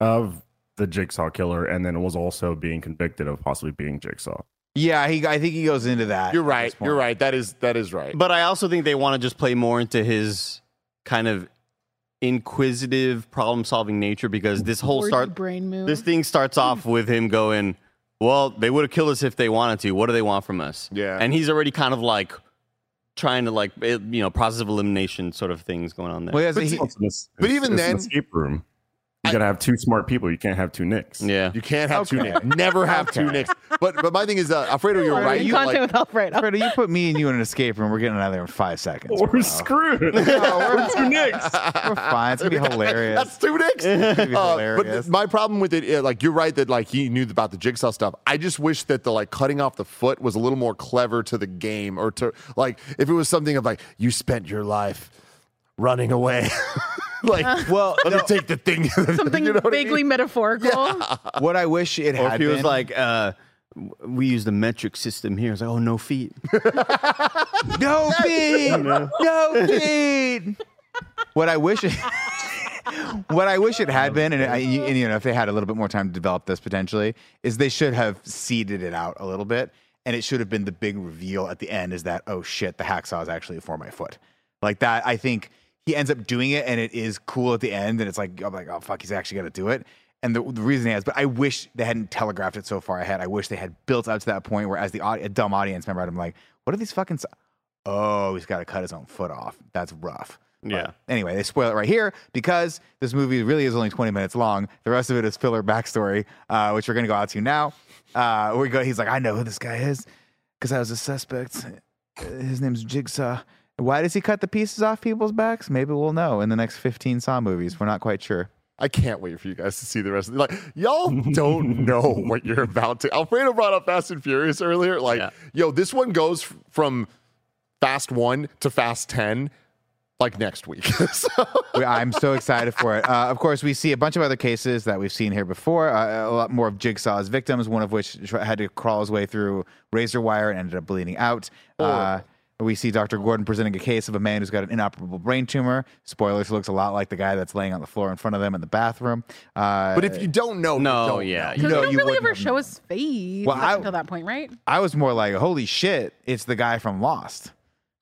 of the jigsaw killer and then was also being convicted of possibly being jigsaw.
Yeah, he. I think he goes into that.
You're
at
right.
this point.
You're right. That is that is right.
But I also think they want to just play more into his kind of inquisitive problem solving nature because this whole
Or
start
brain move.
this thing starts off with him going, "Well, they would have killed us if they wanted to. What do they want from us?"
Yeah.
and he's already kind of like trying to like it- you know process of elimination sort of things going on there.
Well, yeah, so
But
he-
see-
but
even then-
an escape room. You gotta have two smart people. You can't have two nicks.
yeah,
You can't have two nicks. Never have two nicks. But but my thing is, uh, Alfredo, you're right.
Alright,
You
Content
like,
with Alfredo.
Fredo, you put me and you in an escape room. We're getting out of there in five seconds.
We're
bro.
screwed.
we're two nicks. We're fine. It's gonna be hilarious.
that's two nicks.
It's gonna be
Uh, but
hilarious.
th- my problem with it, uh, like you're right that like he knew about the jigsaw stuff. I just wish that the like cutting off the foot was a little more clever to the game, or to like if it was something of like you spent your life running away, like
well,
let me take the thing.
Something
you know what I
vaguely
mean?
metaphorical.
what I wish it
or
had
if he was
been-
like. uh we use the metric system here. It's like, oh, no feet.
No feet. No feet. What I wish. It, what I wish it had been, and, I, and you know, if they had a little bit more time to develop this potentially, is they should have seeded it out a little bit, and it should have been the big reveal at the end is that oh shit, the hacksaw is actually for my foot, like that. I think he ends up doing it, and it is cool at the end, and it's like I'm like oh fuck, he's actually gonna do it. And the, the reason he has, but I wish they hadn't telegraphed it so far ahead. I wish they had built up to that point where, as the audi- a dumb audience member, I'm like, what are these fucking? s- oh, he's got to cut his own foot off. That's rough. But
Yeah.
anyway, they spoil it right here because this movie really is only 20 minutes long. The rest of it is filler backstory, uh, which we're going to go out to now. Uh, we go. He's like, I know who this guy is because I was a suspect. His name's Jigsaw. Why does he cut the pieces off people's backs? Maybe we'll know in the next 15 Saw movies. We're not quite sure.
I can't wait for you guys to see the rest. Of Like y'all don't know what you're about to. Alfredo brought up Fast and Furious earlier. Like,
Yeah.
yo, this one goes f- from Fast One to Fast Ten, like next week. so
We- I'm so excited for it. Uh, of course, we see a bunch of other cases that we've seen here before. Uh, a lot more of Jigsaw's victims, one of which tr- had to crawl his way through razor wire and ended up bleeding out. Uh, we see Dr. Gordon presenting a case of a man who's got an inoperable brain tumor. Spoilers looks a lot like the guy that's laying on the floor in front of them in the bathroom. Uh,
But if you don't know, you
No,
don't
yeah.
know.
Because
No,
they don't
you
really
wouldn't
ever
have-
show his face
Well,
up
I-
until that point, right?
I was more like, holy shit, it's the guy from Lost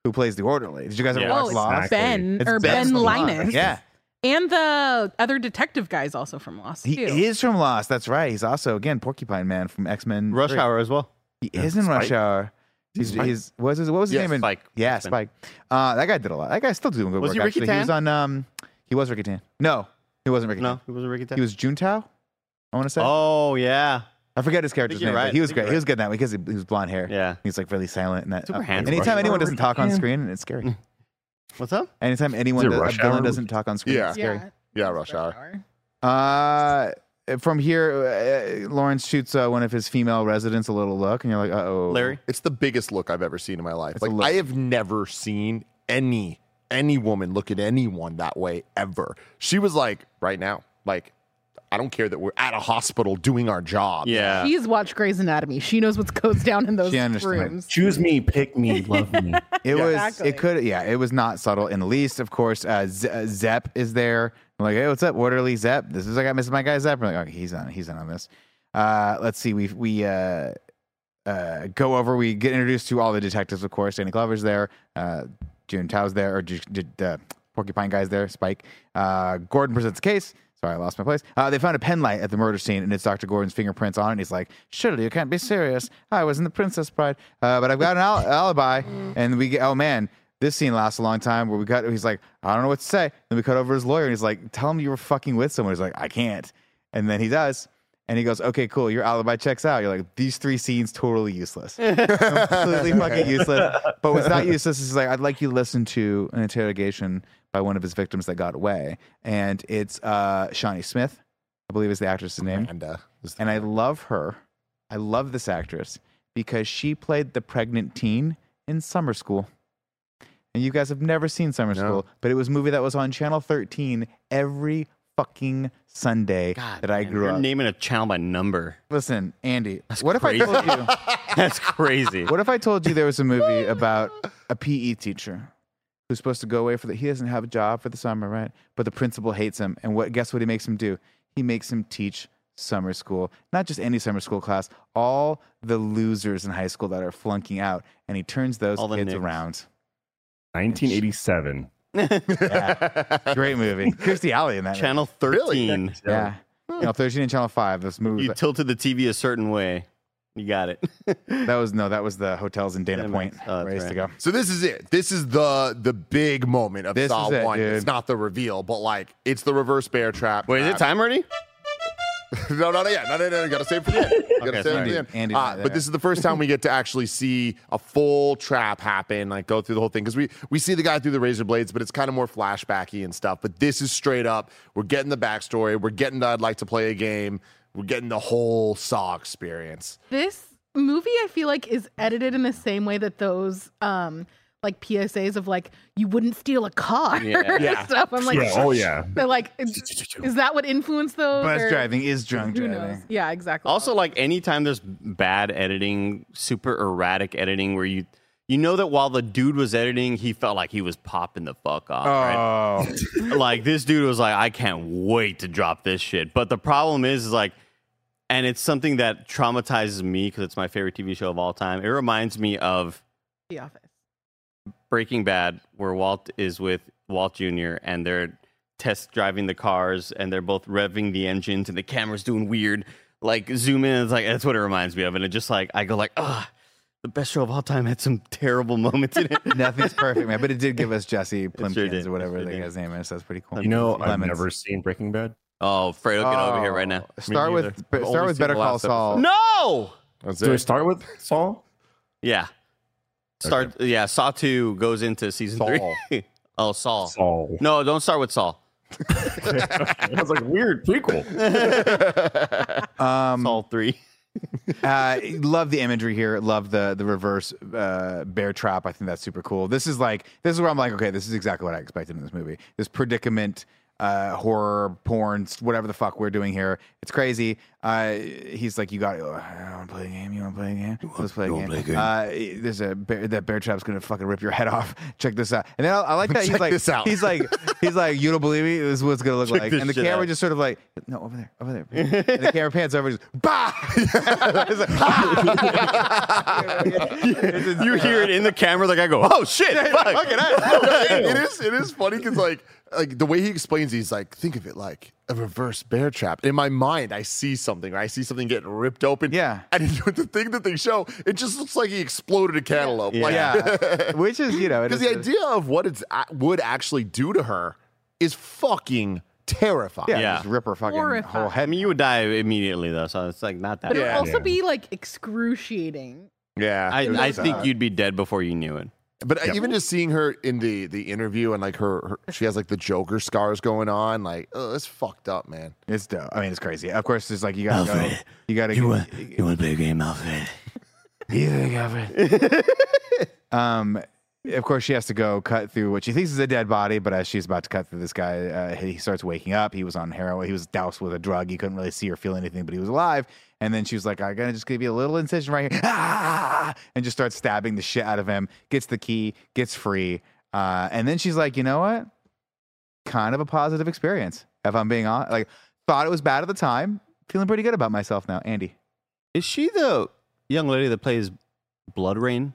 who plays the orderly. Did you guys ever
Yeah.
Oh,
watch
it's
Lost?
Exactly.
Ben
It's
or Ben
from Lost.
Linus.
Yeah.
And the other detective guy's also from Lost
He
too.
is from Lost. That's right. He's also, again, Porcupine Man from X Men
Rush hour as well.
He is in Rush
Spike.
Hour. He's,
Spike.
he's what was his what was his
Yes,
name? in-
Spike.
Yeah,
Spike.
Spike. Uh, that guy did a lot. That guy's still doing good
Was
work.
he Ricky
actually.
Tan?
he was on um, he was Ricky Tan. No, he wasn't Ricky.
No,
Tan.
it was a Ricky
he was Juntao. I want to say.
Oh, yeah.
I forget his character's
you're
name.
right.
But he
I
was
think you're
great. He was good in that because he, he was blonde hair.
Yeah.
He's like really silent and that.
Super
uh,
handsome.
anytime
Rush
anyone doesn't talk on
Tan.
screen, it's scary.
What's up?
anytime anyone
it
does, a
Rush
villain
Hour?
doesn't talk on screen,
Yeah.
it's scary.
Yeah, Rush Hour.
Uh, from here, uh, Lawrence shoots uh, one of his female residents a little look, and you're like, uh oh,
Larry?
It's the biggest look I've ever seen in my life.
a
like
look.
I have never seen any any woman look at anyone that way ever. She was like, right now, like, I don't care that we're at a hospital doing our job.
Yeah.
She's watched Grey's Anatomy. She knows what goes down in those
She understands.
rooms.
Choose me, pick me, love me.
It was.
Exactly.
It could. Yeah. It was not subtle in the least. Of course, uh, Z- uh, Zepp is there. I'm like, hey, what's up, orderly Zepp? This is I got missing my guy Zepp. I'm like, okay, he's on. He's in on this. Uh, let's see. We we uh, uh, go over. We get introduced to all the detectives. Of course, Danny Glover's there. Uh, June Tao's there, or Ju- Ju- uh, Porcupine guy's there. Spike. Uh, Gordon presents a case. Sorry, I lost my place. Uh, they found a pen light at the murder scene, and it's Dr. Gordon's fingerprints on it. And he's like, "Surely you can't be serious. I was in the Princess Bride, uh, but I've got an al- alibi." And we get, oh man, this scene lasts a long time. Where we cut, he's like, "I don't know what to say." Then we cut over his lawyer, and he's like, "Tell him you were fucking with someone." He's like, "I can't," and then he does. And he goes, okay, cool. Your alibi checks out. You're like, these three scenes totally useless, completely fucking useless. But what's not useless is like, I'd like you to listen to an interrogation by one of his victims that got away, and it's uh, Shawnee Smith, I believe is the actress's name,
Amanda is the-
and I love her. I love this actress because she played the pregnant teen in Summer School. And you guys have never seen Summer School, but it was a movie that was on Channel 13 every fucking Sunday that I
Man,
grew
you're
up.
naming a channel by number.
Listen, Andy, what
crazy.
if I told you
That's crazy.
what if I told you there was a movie about a PE teacher who's supposed to go away for the he doesn't have a job for the summer, right? But the principal hates him and what guess what he makes him do? He makes him teach summer school, not just any summer school class, all the losers in high school that are flunking out and he turns those
All the
kids
nicks.
around.
1987.
Great movie. Kirstie Alley in that. movie.
Channel 13.
Yeah. You know, 13 and Channel 5. This movie.
You tilted the TV a certain way. You got it.
that was, no, that was the hotels in Dana
Dana
Point.
Point. Oh, that's
where I used to go.
right.
So this is it. This is the the big moment of
This
Saw
is it,
One.
dude.
It's not the reveal, but like it's the reverse bear trap.
Wait, is it
Uh,
time already?
no, no, no, yeah, no, no, no. You gotta save it for the end. You gotta save
Okay,
it for
sorry.
the end.
Andy,
Uh,
Andy,
but this is the first time we get to actually see a full trap happen, like go through the whole thing. Because we we see the guy through the razor blades, but it's kind of more flashbacky and stuff. But this is straight up. We're getting the backstory. We're getting the I'd like to play a game. We're getting the whole Saw experience.
This movie, I feel like, is edited in the same way that those um like PSAs of like you wouldn't steal a car
Yeah.
Yeah.
stuff. I'm like,
Yeah, oh, yeah.
They're like, is, is that what influenced those?
Bus
or
driving is drunk
Who
driving.
knows? Yeah, exactly.
Also, like anytime there's bad editing, super erratic editing where you you know that while the dude was editing, he felt like he was popping the fuck off. right?
Oh,
like this dude was like, I can't wait to drop this shit. But the problem is, is like, and it's something that traumatizes me because it's my favorite TV show of all time. It reminds me of
the office.
Breaking Bad, where Walt is with Walt Jr. and they're test driving the cars and they're both revving the engines and the camera's doing weird like zoom in. It's like that's what it reminds me of, and it just like I go like, ah, the best show of all time had some terrible moments in it.
nothing's perfect, man. But it did give us Jesse Plimpkins
did.
or whatever
It sure
the
did.
guy's name is. That's pretty cool.
You know, I've
Lemons.
never seen Breaking Bad.
oh, Fredo, get over here right now.
Oh, Start
neither.
with
I've
start
only
with
seen
Better
the
Call
last
Saul.
Oh. No.
That's
Do we
it.
start with Saul?
Yeah. Start. Yeah. Saw two goes into season three. oh, Saul.
Saul.
No, don't start with Saul.
That's like weird prequel.
Um,
Saul three.
uh, love the imagery here. Love the the reverse uh, bear trap. I think that's super cool. This is like this is where I'm like, okay, this is exactly what I expected in this movie. This predicament, uh, horror, porn, whatever the fuck we're doing here. It's crazy. Uh, he's like, you got, oh, I want to play a game. You want to play a game? Let's play a game. Uh, there's a bear, that bear trap's gonna fucking rip your head off. Check this out. And then I, I like that he's
Check
like,
this out.
he's like, he's like, you don't believe me? This is what's gonna look like.
this
And the
shit
camera
out.
just sort of like, no, over there, over there. and the camera pans over, and just bah. It's like,
You hear it in the camera, like I go, oh shit, fuck.
it is it is funny because like like the way he explains it, he's like think of it like a reverse bear trap in my mind i see something i see something getting ripped open
Yeah.
and the thing that they show it just looks like he exploded a cantaloupe like
yeah, which is you know, it
because
is
the
a-
idea of what it's a- would actually do to her is fucking terrifying
yeah,
Yeah.
just rip her fucking
Horrifying.
whole
I
head.
mean, you would die immediately though, so it's like not that.
But it would
Yeah.
also be like excruciating.
yeah
I, I think you'd be dead before you knew it.
But uh, even just seeing her in the the interview and like her, her she has like the Joker scars going on, like oh, it's fucked up, man.
It's dope. I mean, it's crazy. Of course, it's like you gotta go.
Alfred,
You gotta. go-
you want to play a game, Alfred?
Um, of course, she has to go cut through what she thinks is a dead body, but as she's about to cut through this guy, uh, he starts waking up. He was on heroin. He was doused with a drug. He couldn't really see or feel anything, but he was alive. And then she was like, "I'm gonna just give you a little incision right here," ah! and just starts stabbing the shit out of him. Gets the key. Gets free. Uh, and then she's like, "You know what? Kind of a positive experience. If I'm being honest, like thought it was bad at the time. Feeling pretty good about myself now, Andy."
Is she the young lady that plays Blood Rain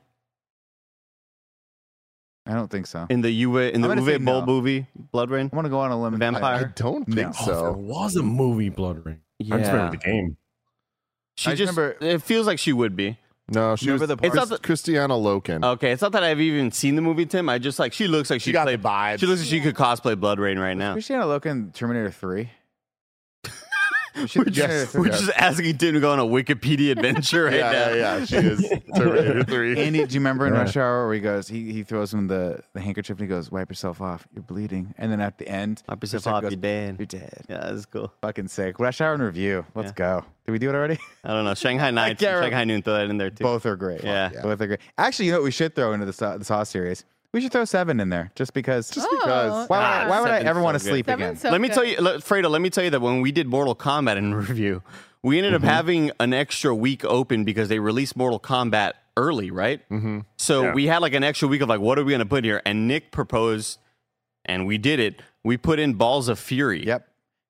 I don't think so.
in the Uwe in the
I'm gonna say
Uwe Boll
no.
movie? Blood Rain.
I want to go on a limb. and-
Vampire.
I don't
No.
think
Oh, there
so.
was a movie, Blood Ring. I just remember the game.
She
I
just.
remember-
it feels like she would be.
No, she was
Remember the part-
Chris- Christiana Loken.
Okay, it's not that I've even seen the movie, Tim. I just like she looks like Oh, she,
she got the
played.
vibes.
She looks like she could cosplay Blood Rain right now.
Christiana Loken, Terminator 3. She's
We're
in Terminator
just,
3.
we're just asking Tim to go on a Wikipedia adventure right
yeah,
now.
yeah, yeah, she is Terminator Three.
Andy, do you remember in
Yeah.
Rush Hour where he goes, he, he throws him the, the handkerchief and he goes, wipe yourself off, you're bleeding. And then at the end,
Wipe yourself
Christiana
off,
goes,
you're dead.
You're dead.
Yeah, that's cool.
Fucking sick. Rush Hour in review. Let's
Yeah.
go. Did we do it already?
I don't know. Shanghai Nights,
can't
Shanghai Noon, throw that in there too.
Both are great.
Yeah.
Both are great. Actually, you know what we should throw into the Saw, the Saw series? We should throw seven in there just because. Just
because.
Why would I, why would I
Seven's
ever
so
want to
good.
sleep
Seven
again?
so
let me
good.
tell you, let, Fredo, let me tell you that when we did Mortal Kombat in review, we ended
Mm-hmm.
up having an extra week open because they released Mortal Kombat early, right? Mm-hmm. So
Yeah.
we had like an extra week of like, what are we going to put here? And Nick proposed, and we did it. We put in Balls of Fury.
Yep.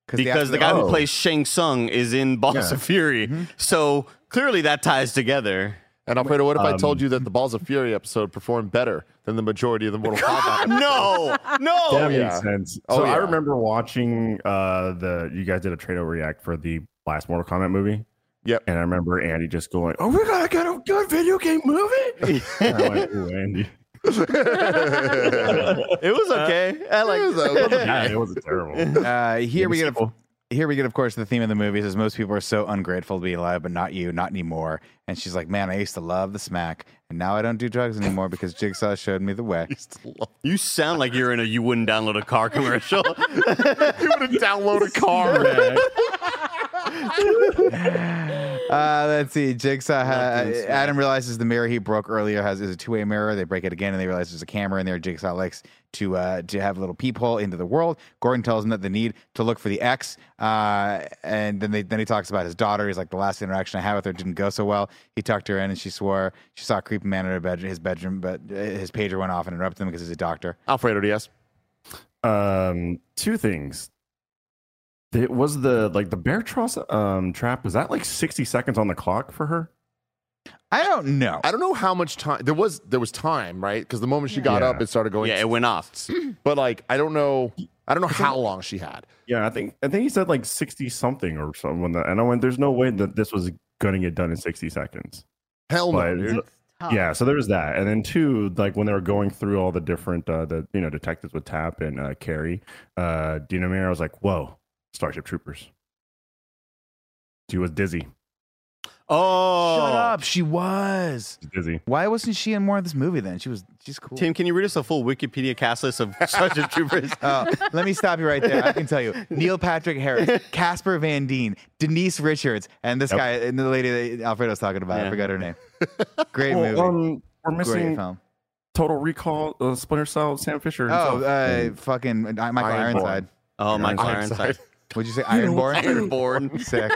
they
Because
actually- Mm-hmm.
the guy
Oh.
who plays Shang Tsung is in Balls of Fury. So clearly that ties together.
And Alfredo, what if I
Um,
told you that the Balls of Fury episode performed better than the majority of the Mortal Kombat? episodes?
No, no.
that
yeah.
makes sense.
Oh,
so
yeah.
I remember watching uh the you guys did a trade react for the last Mortal Kombat movie.
Yep.
And I remember Andy just going, "Oh, we're gonna get a good video game movie." And I went, "Ooh, Andy,
It was okay. I like.
It was okay.
yeah, it was terrible."
Uh, here we get, of, here we get, of course, the theme of the movie is most people are so ungrateful to be alive, but not you, not anymore. And she's like, "Man, I used to love the smack, and now I don't do drugs anymore because Jigsaw showed me the way."
You sound like you're in a you wouldn't download a car commercial.
you would have downloaded a car.
Uh, let's see. Jigsaw. ha- uh, Adam realizes the mirror he broke earlier has is a two way mirror. They break it again, and they realize there's a camera in there. Jigsaw likes to uh, to have a little peephole into the world. Gordon tells him that they need to look for the X. Uh, and then they then he talks about his daughter. He's like, the last interaction I had with her didn't go so well. He tucked her in, and she swore she saw a creepy man in her bed, his bedroom, but uh, his pager went off and interrupted him because he's a doctor.
Alfredo Diaz.
Um, two things. It was the like the bear tross um trap. Was that like sixty seconds on the clock for her?
I don't know.
I don't know how much time there was. There was time, right? Because the moment she got
Yeah.
up, it started going.
yeah, it went off.
but like, I don't know. I don't know how long she had.
Yeah, I think I think he said like sixty something or something. And I went, "There's no way that this was gonna get done in sixty seconds."
Hell no.
But
dude.
it's-
Oh.
yeah so there was that and then two like when they were going through all the different uh the you know detectives with tap and uh carrie uh dina Mayer, i was like whoa starship troopers she was dizzy
Oh,
Shut up. She was.
She's dizzy
Why wasn't she in more of this movie then? She was. She's cool.
Tim, can you read us a full Wikipedia cast list of Starship Troopers?
Oh, let me stop you right there. I can tell you, Neil Patrick Harris, Casper Van Dien, Denise Richards, and this
Yep.
guy and the lady that Alfredo's talking about. I
Yeah.
forgot her name. Great movie.
well, um we're
Great
missing
film.
total recall uh, splinter cell sam fisher
Oh,
himself.
Hmm.
uh, fucking uh, Michael
Ironborn.
Ironside.
Oh, my Ironside.
Would you say Ironborn?
Ironborn.
Sick.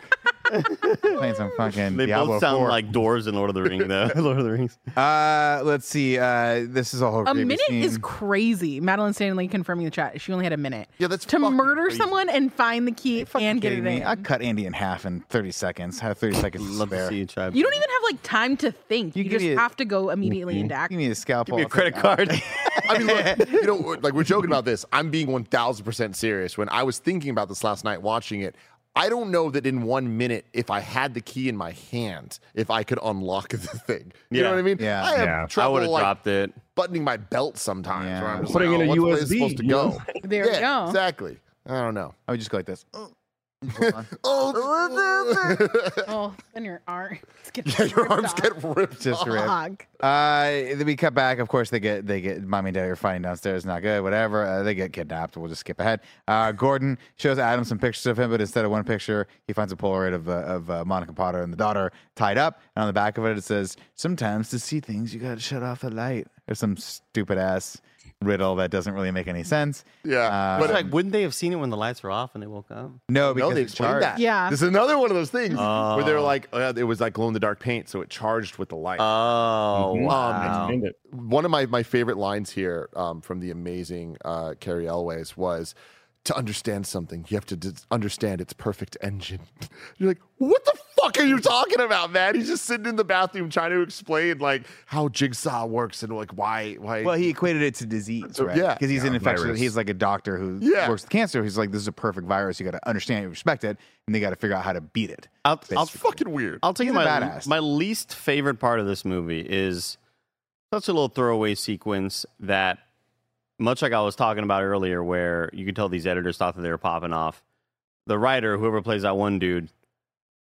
Playing some fucking
They
Diablo
both sound
4.
like doors in Lord of the Ring, though. Lord of the Rings.
Uh, let's see. Uh, this is a whole
A
creepy
minute
scene.
is crazy. Madeline Stanley confirming the chat. She only had a minute.
Yeah, that's
to
fucking
murder
crazy.
someone and find the key
Fucking
and get it
kidding me.
in.
I cut Andy in half in 30 seconds. I have 30 seconds to
Love to
spare.
see you try.
You don't even have like time to think.
You
You,
give
just
me a- Mhm.
have to go immediately into
Give
action.
me a scalpel.
give me a
I'll take
credit
it.
card.
I mean, look, you know, like we're joking about this. I'm being 1000% serious. When I was thinking about this last night watching it, I don't know that in one minute, if I had the key in my hand, if I could unlock the thing. You know
Yeah.
what I mean?
Yeah.
I have
Yeah. I
I
trouble
would have
like,
dropped it.
buttoning my belt sometimes.
Yeah.
Where I'm just
Putting
like,
in
oh,
a
what's
USB,
the place supposed to
you
go?
There we
yeah,
go.
exactly. I don't know.
I would just go like this. Oh,
Oh, then your arm. it's getting
yeah, your
ripped
arms
off.
get ripped.
Just rip.
Fuck.
Uh, then we cut back. Of course, they get they get mommy and daddy are fighting downstairs. Not good. Whatever. Uh, they get kidnapped. We'll just skip ahead. Uh, Gordon shows Adam some pictures of him, but instead of one picture, he finds a Polaroid of uh, of uh, Monica Potter and the daughter tied up. And on the back of it, it says, "Sometimes to see things, you gotta shut off the light." Or some stupid ass riddle that doesn't really make any sense. Uh,
Yeah.
But like, wouldn't they have seen it when the lights were off and they woke up?
No,
No,
because
they
it's
explained
charged.
that.
Yeah.
This is another one of those things where
Oh.
they're like, uh, it was like glow in the dark paint, so it charged with the light.
Oh,
wow.
Explained it.
one of my, my favorite lines here um, from the amazing uh, Carrie Elways was to understand something, you have to dis- understand its perfect engine. You're like, what the fuck are you talking about, man? He's just sitting in the bathroom trying to explain like how jigsaw works and like why why.
Well, he equated it to disease,
So,
right?
yeah.
because he's an infectious.
virus.
He's like a doctor who
Yeah.
works with cancer. He's like, this is a perfect virus. You got to understand it, respect it, and they got to figure out how to beat it.
I'll, I'll,
it's fucking weird.
I'll tell you
He's a
my
badass.
my least favorite part of this movie is such a little throwaway sequence that, much like I was talking about earlier, where you could tell these editors thought that they were popping off. The writer, whoever plays that one dude,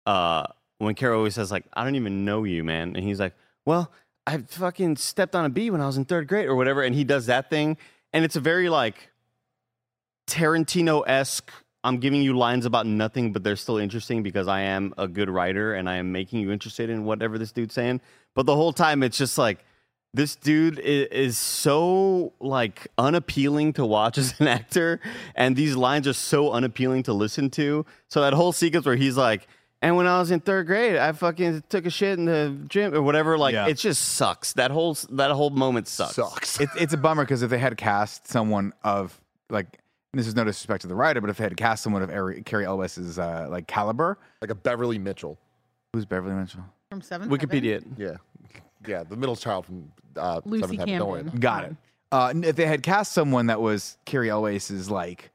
uh, when Carol always says like, "I don't even know you, man," and he's like, "Well, I fucking stepped on a bee when I was in third grade or whatever," and he does that thing, and it's a very like Tarantino esque. I'm giving you lines about nothing, but they're still interesting because I am a good writer and I am making you interested in whatever this dude's saying. But the whole time, it's just like this dude is, is so like unappealing to watch as an actor, and these lines are so unappealing to listen to. So that whole sequence where he's like, "And when I was in third grade, I fucking took a shit in the gym or whatever," like
Yeah.
it just sucks. That whole that whole moment sucks.
sucks.
It's it's a bummer because if they had cast someone of like, and this is no disrespect to the writer, but if they had cast someone of Ari- Carrie Elwes's uh, like caliber,
like a Beverly Mitchell.
who's Beverly Mitchell?
From seven.
Wikipedia.
Yeah. yeah, the middle child from uh,
Lucy
Seventh Heaven. Don't worry
Camden.
about it.
Got it. Uh, n- if they had cast someone that was Carrie Elways's like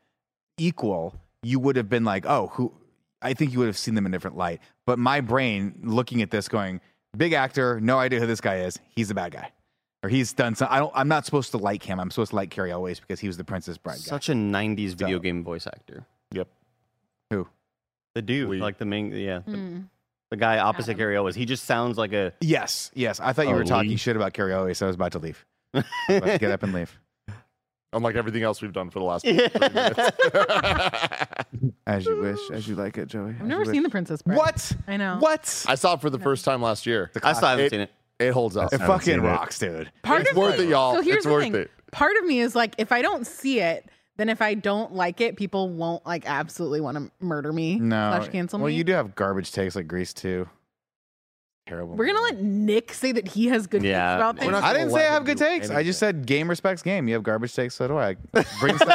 equal, you would have been like, oh, who? I think you would have seen them in a different light. But my brain, looking at this, going, big actor, no idea who this guy is. He's a bad guy, or he's done some. I don't. I'm not supposed to like him. I'm supposed to like Carrie Elways because he was the Princess Bride guy.
Such a '90s video game voice actor.
Yep.
Who?
The dude,
We-
like the main, yeah, the, the guy opposite Gary Owens. He just sounds like a.
Yes, yes. I thought you
Oh,
were talking
Lee.
shit about Carrie Elways. So I was about to leave. I was about to get up and leave.
Unlike everything else we've done for the last three minutes.
As you wish, as you like it, Joey.
I've never seen The Princess Bride.
What?
I know.
What?
I saw it for the first time last year.
I still haven't
It-
seen it.
It holds up.
It
haven't
fucking
seen it.
rocks, dude.
Part
It's
of
worth
me,
it, y'all.
So here's
It's
the
worth
thing.
it.
Part of me is like, if I don't see it, then if I don't like it, people won't like absolutely want to murder me.
No.
slash cancel
well,
me.
you do have garbage takes like Grease too. Terrible.
We're gonna
movie.
let Nick say that he has good
Yeah,
takes about
we're
things.
not-
I didn't
Let
say I
him
have good
do
takes. I just
anything.
said game respects game. You have garbage takes, so do I. Bring si-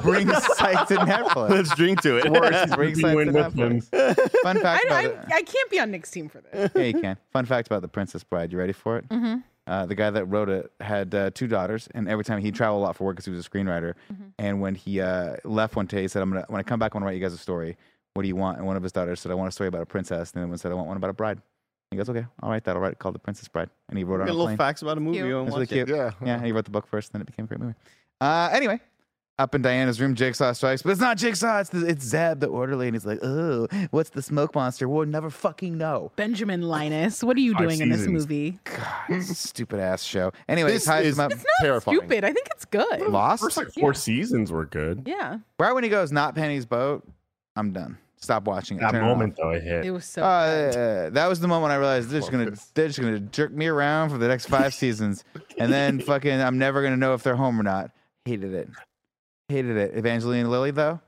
bring sight to Netflix.
Let's drink to
Worse,
it.
bring
We
sight to
win with him.
Netflix. Fun
I,
fact about
I,
it.
I can't be on Nick's team for this.
Yeah, you can. Fun fact about the Princess Bride. You ready for it? Mm-hmm. Uh, the guy that wrote it had uh, two daughters, and every time he traveled a lot for work because he was a screenwriter. And when he uh, left one day, he said, "I'm gonna when I come back, I want to write you guys a story. What do you want?" And one of his daughters said, "I want a story about a princess." And the other one said, "I want one about a bride." He goes, "Okay, I'll write that. I'll write it called The Princess Bride." And he wrote it on a
little
plane.
facts about a movie.
Cute.
You won't
It's really
watch it.
cute.
Yeah.
yeah. He wrote the book first, and then it became a great movie. Uh, anyway, up in Diana's room, Jigsaw strikes, but it's not Jigsaw. It's the, it's Zeb, the orderly, and he's like, "Oh, what's the smoke monster? We'll never fucking know."
Benjamin Linus, what are you
Five
doing in this
seasons.
movie?
God, stupid ass show. Anyway,
This
ties
is
him up.
terrifying.
Stupid. I think it's good.
First
Lost.
like four seasons were good.
Yeah,
Right when he goes, not Penny's boat. I'm done. Stop watching it.
That
Turn it
moment
off.
though, it hit.
it was so.
Uh, that was the moment I realized they're just gonna they're just gonna jerk me around for the next five seasons, and then fucking I'm never gonna know if they're home or not. Hated it, hated it. Evangeline Lilly though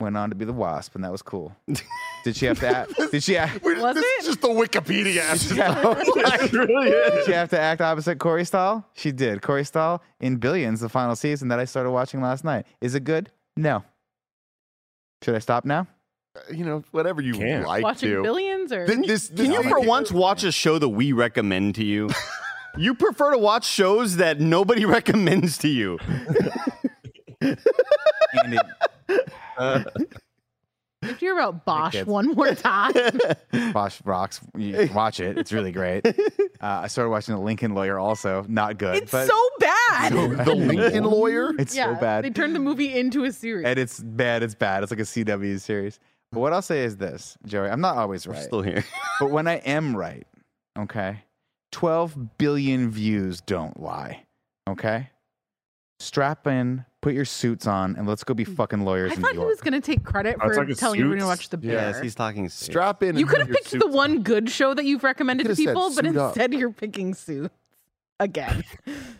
went on to be the Wasp, and that was cool. Did she have to? Act, did she? Act,
We-
Was
this
it?
is just the Wikipedia episode.
It really is.
Did you have to act opposite Corey Stahl? She did. Corey Stahl in Billions, the final season that I started watching last night. Is it good? No. Should I stop now?
you know, whatever you
Can't.
like
watching
to.
billions or
Then this, this
Can you
this-
for once watch a show that we recommend to you? you prefer to watch shows that nobody recommends to you.
Andy,
if you're about Bosch
kids.
one more time,
Bosch rocks. You watch it. It's really great. Uh, I started watching The Lincoln Lawyer also. Not good.
it's
but
so bad.
the Lincoln lawyer?
It's
yeah,
so bad.
They turned the movie into a series.
and it's bad. It's bad. It's like a CW series. But what I'll say is this, Joey. I'm not always right.
Still here.
but when I am right, okay, 12 billion views don't lie, okay? Strap in, put your suits on, and let's go be fucking lawyers
I
in
thought
New
he was
York.
going to take credit
Oh,
for
it's like a
telling everyone to
suits?
watch the bear.
Yes, he's talking.
Strap in. and
You could
put
have
your
picked the
suits
one good show that you've recommended to
could've said
people, but
suit up.
instead you're picking suits again.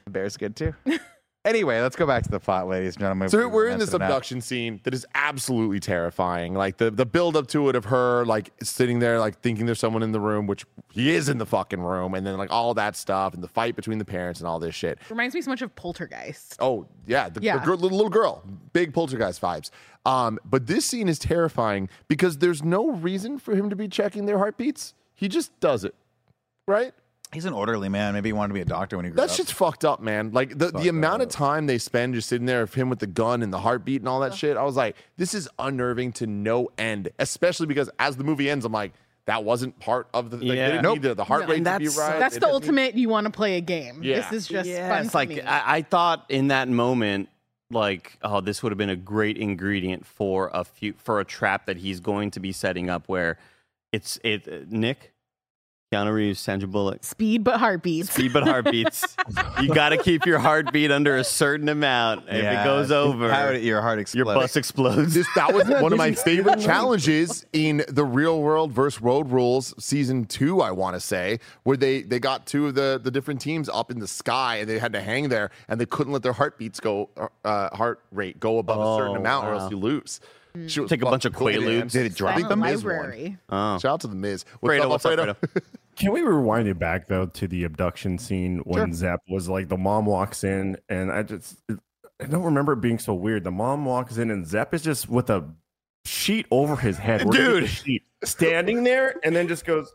The bear's good too. anyway, let's go back to the plot, ladies and gentlemen.
So
We
we're in this
ranted it out.
abduction scene that is absolutely terrifying. Like the the build up to it of her like sitting there like thinking there's someone in the room, which he is in the fucking room, and then like all that stuff and the fight between the parents and all this shit.
Reminds me so much of Poltergeist.
Oh yeah, the,
Yeah.
the girl, little, little girl, big poltergeist vibes. Um, but this scene is terrifying because there's no reason for him to be checking their heartbeats. He just does it, right?
He's an orderly man. Maybe he wanted to be a doctor when he grew
That
up.
shit's fucked up, man. Like the, the amount of time they spend just sitting there of him with the gun and the heartbeat and all that shit. I was like, this is unnerving to no end. Especially because as the movie ends, I'm like, that wasn't part of the. Like,
Yeah.
They didn't
Nope.
need the, the heart
No,
rate
and
to be
that's-
right.
That's
They
the
didn't need-
ultimate you want to play a game.
Yeah.
This is just
Yeah,
fun.
it's
to
like uh,
me.
I, I thought in that moment, like, oh, this would have been a great ingredient for a few for a trap that he's going to be setting up where it's it uh, Nick, Keanu Reeves, Sandra Bullock.
Speed but heartbeats.
Speed but heartbeats. you got to keep your heartbeat under a certain amount. If
Yeah.
it goes over,
How did- your heart
your
explodes.
bus explodes.
This, that was one of my favorite challenges in the real world versus road rules season two, I want to say, where they, they got two of the, the different teams up in the sky and they had to hang there and they couldn't let their heartbeats go, uh, heart rate go above a certain
Oh,
amount or
wow.
else you lose. She was
Take a bunch of
fucking cool, man.
Quaaludes.
Did it drop?
I think
Silent
the Miz won.
library.
oh.
Shout out to the Miz.
Fredo, what's up, Fredo?
Can we rewind it back though to the abduction scene when Zep was like the mom walks in and I just I don't remember it being so weird. The mom walks in and Zep is just with a sheet over his head, We're gonna get the
Dude.
sheet, standing there, and then just goes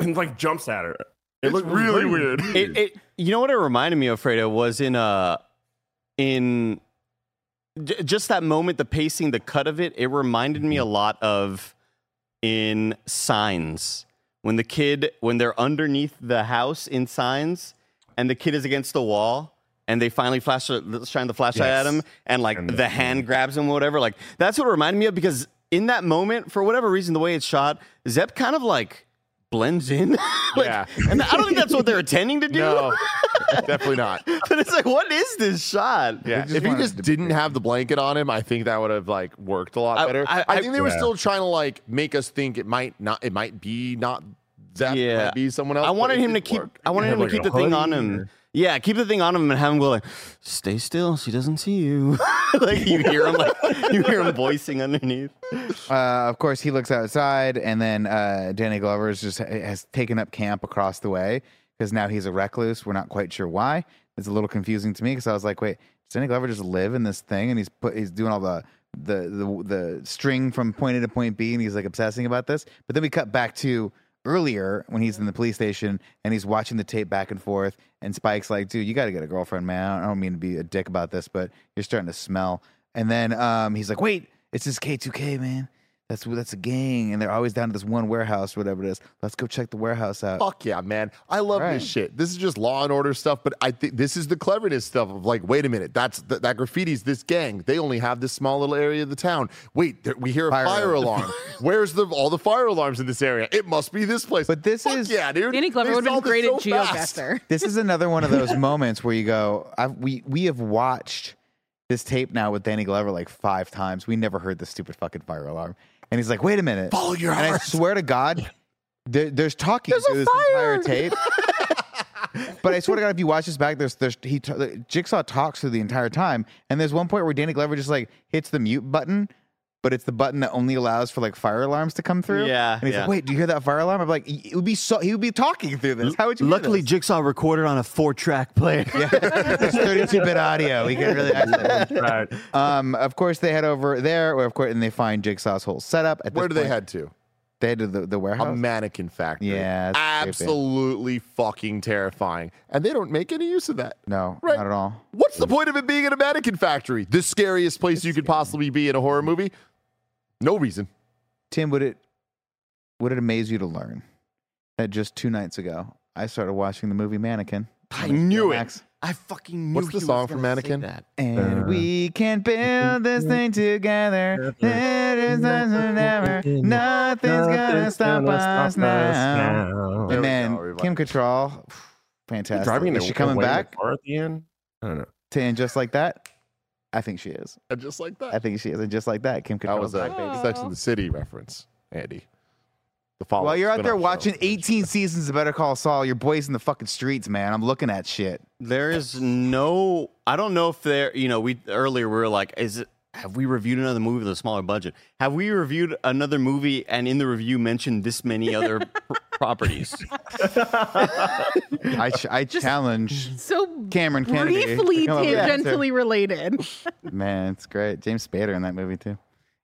and like jumps at her.
It looked really weird.
It, it, you know what it reminded me of, Fredo, was in uh in j- just that moment, the pacing, the cut of it. It reminded me a lot of in Signs when the kid when they're underneath the house in Signs and the kid is against the wall. And they finally flash shine the flashlight at him, and like
And
the,
the-
hand grabs him, whatever. Like that's what it reminded me of because in that moment, for whatever reason, the way it's shot, Zep kind of like blends in. like,
Yeah.
and I don't think that's what they're intending to do.
No, definitely not.
but it's like, what is this shot?
Yeah, if he
wanted
just
to-
didn't have the blanket on him, I think that would have like worked a
I-
lot better. I,
I- I-
think they were
Yeah.
still trying to like make us think it might not, it might be not Zep, it
Yeah.
might be someone else.
I
but
wanted
it
him to
didn't
keep.
work.
I wanted
have,
him to
like,
keep
a
the thing on
hoodie
him.
or-
Yeah, keep the thing on him and have him go like, "Stay still, she doesn't see you." like you hear him, like you hear him voicing underneath.
Uh, of course, he looks outside, and then uh, Danny Glover's just has taken up camp across the way because now he's a recluse. We're not quite sure why. It's a little confusing to me because I was like, wait, does Danny Glover just live in this thing? And he's put he's doing all the the the, the string from point A to point B, and he's like obsessing about this. But then we cut back to earlier when he's in the police station and he's watching the tape back and forth and spike's like dude you got to get a girlfriend man i don't mean to be a dick about this but you're starting to smell and then um, he's like wait it's this k2k man that's that's a gang and they're always down to this one warehouse whatever it is let's go check the warehouse out
Fuck yeah, man! I love
Right.
this shit. This is just law and order stuff, but I think this is the cleverness stuff of like, wait a minute, that's th- that graffiti's this gang. They only have this small little area of the town. Wait, there, we hear a fire,
Fire
alarm.
alarm.
Where's the all the fire alarms in this area? It must be this place.
But this
Fuck
is-
yeah, dude.
Danny Glover
They
would have been
solved this
great at
so fast.
GeoGuessr.
this is another one of those moments where you go I've, we we have watched this tape now with danny glover like five times we never heard the stupid fucking fire alarm and he's like wait a minute
Follow your
and i
heart.
swear to god there, there's talking through this entire tape But I swear to God, if you watch this back, there's there's he t- Jigsaw talks through the entire time, and there's one point where Danny Glover just like hits the mute button, but it's the button that only allows for like fire alarms to come through.
Yeah,
and he's
yeah.
like, "Wait, do you hear that fire alarm?" I'm like, "It would be so he would be talking through this. How would you?" hear
Luckily,
this?
Jigsaw recorded on a four-track player.
It's 32 bit audio. We can really isolate.
Right.
Um, of course, they head over there, or of course, and they find Jigsaw's whole setup. At this
Where do they
point,
head to?
They head to the, the warehouse.
a mannequin factory.
Yeah, it's creepy.
absolutely fucking terrifying. And they don't make any use of that.
no,
Right.
not at all.
What's the point of it being in a mannequin factory? The scariest place you could possibly be in a horror movie? No reason.
Tim, would it would it amaze you to learn that just two nights ago I started watching the movie Mannequin?
I knew it.
Max.
I fucking knew.
What's the
he was
song from
gonna say
Mannequin?
that.
And we can build this thing together. It is us forever. Nothing's gonna stop us now.
There
And
we
then
go, everybody.
Kim Cattrall, fantastic.
Driving
is she coming back
Car at the end. I don't know.
to end just like that? I think she is.
And just like that.
I think she is. And just like that, Kim Cattrall.
that was a Sex in the City reference, Andy. The follow.
While you're out there
Oh, spin-off show.
watching 18 seasons of Better Call Saul, your boy's in the fucking streets, man. I'm looking at shit.
There is no. I don't know if there. You know, we earlier we were like, is it? Have we reviewed another movie with a smaller budget? Have we reviewed another movie and in the review mentioned this many other pr- properties?
I, ch- I challenge
So
Cameron Kennedy.
briefly
Come over here.
tangentially related.
Man, it's great. James Spader in that movie too.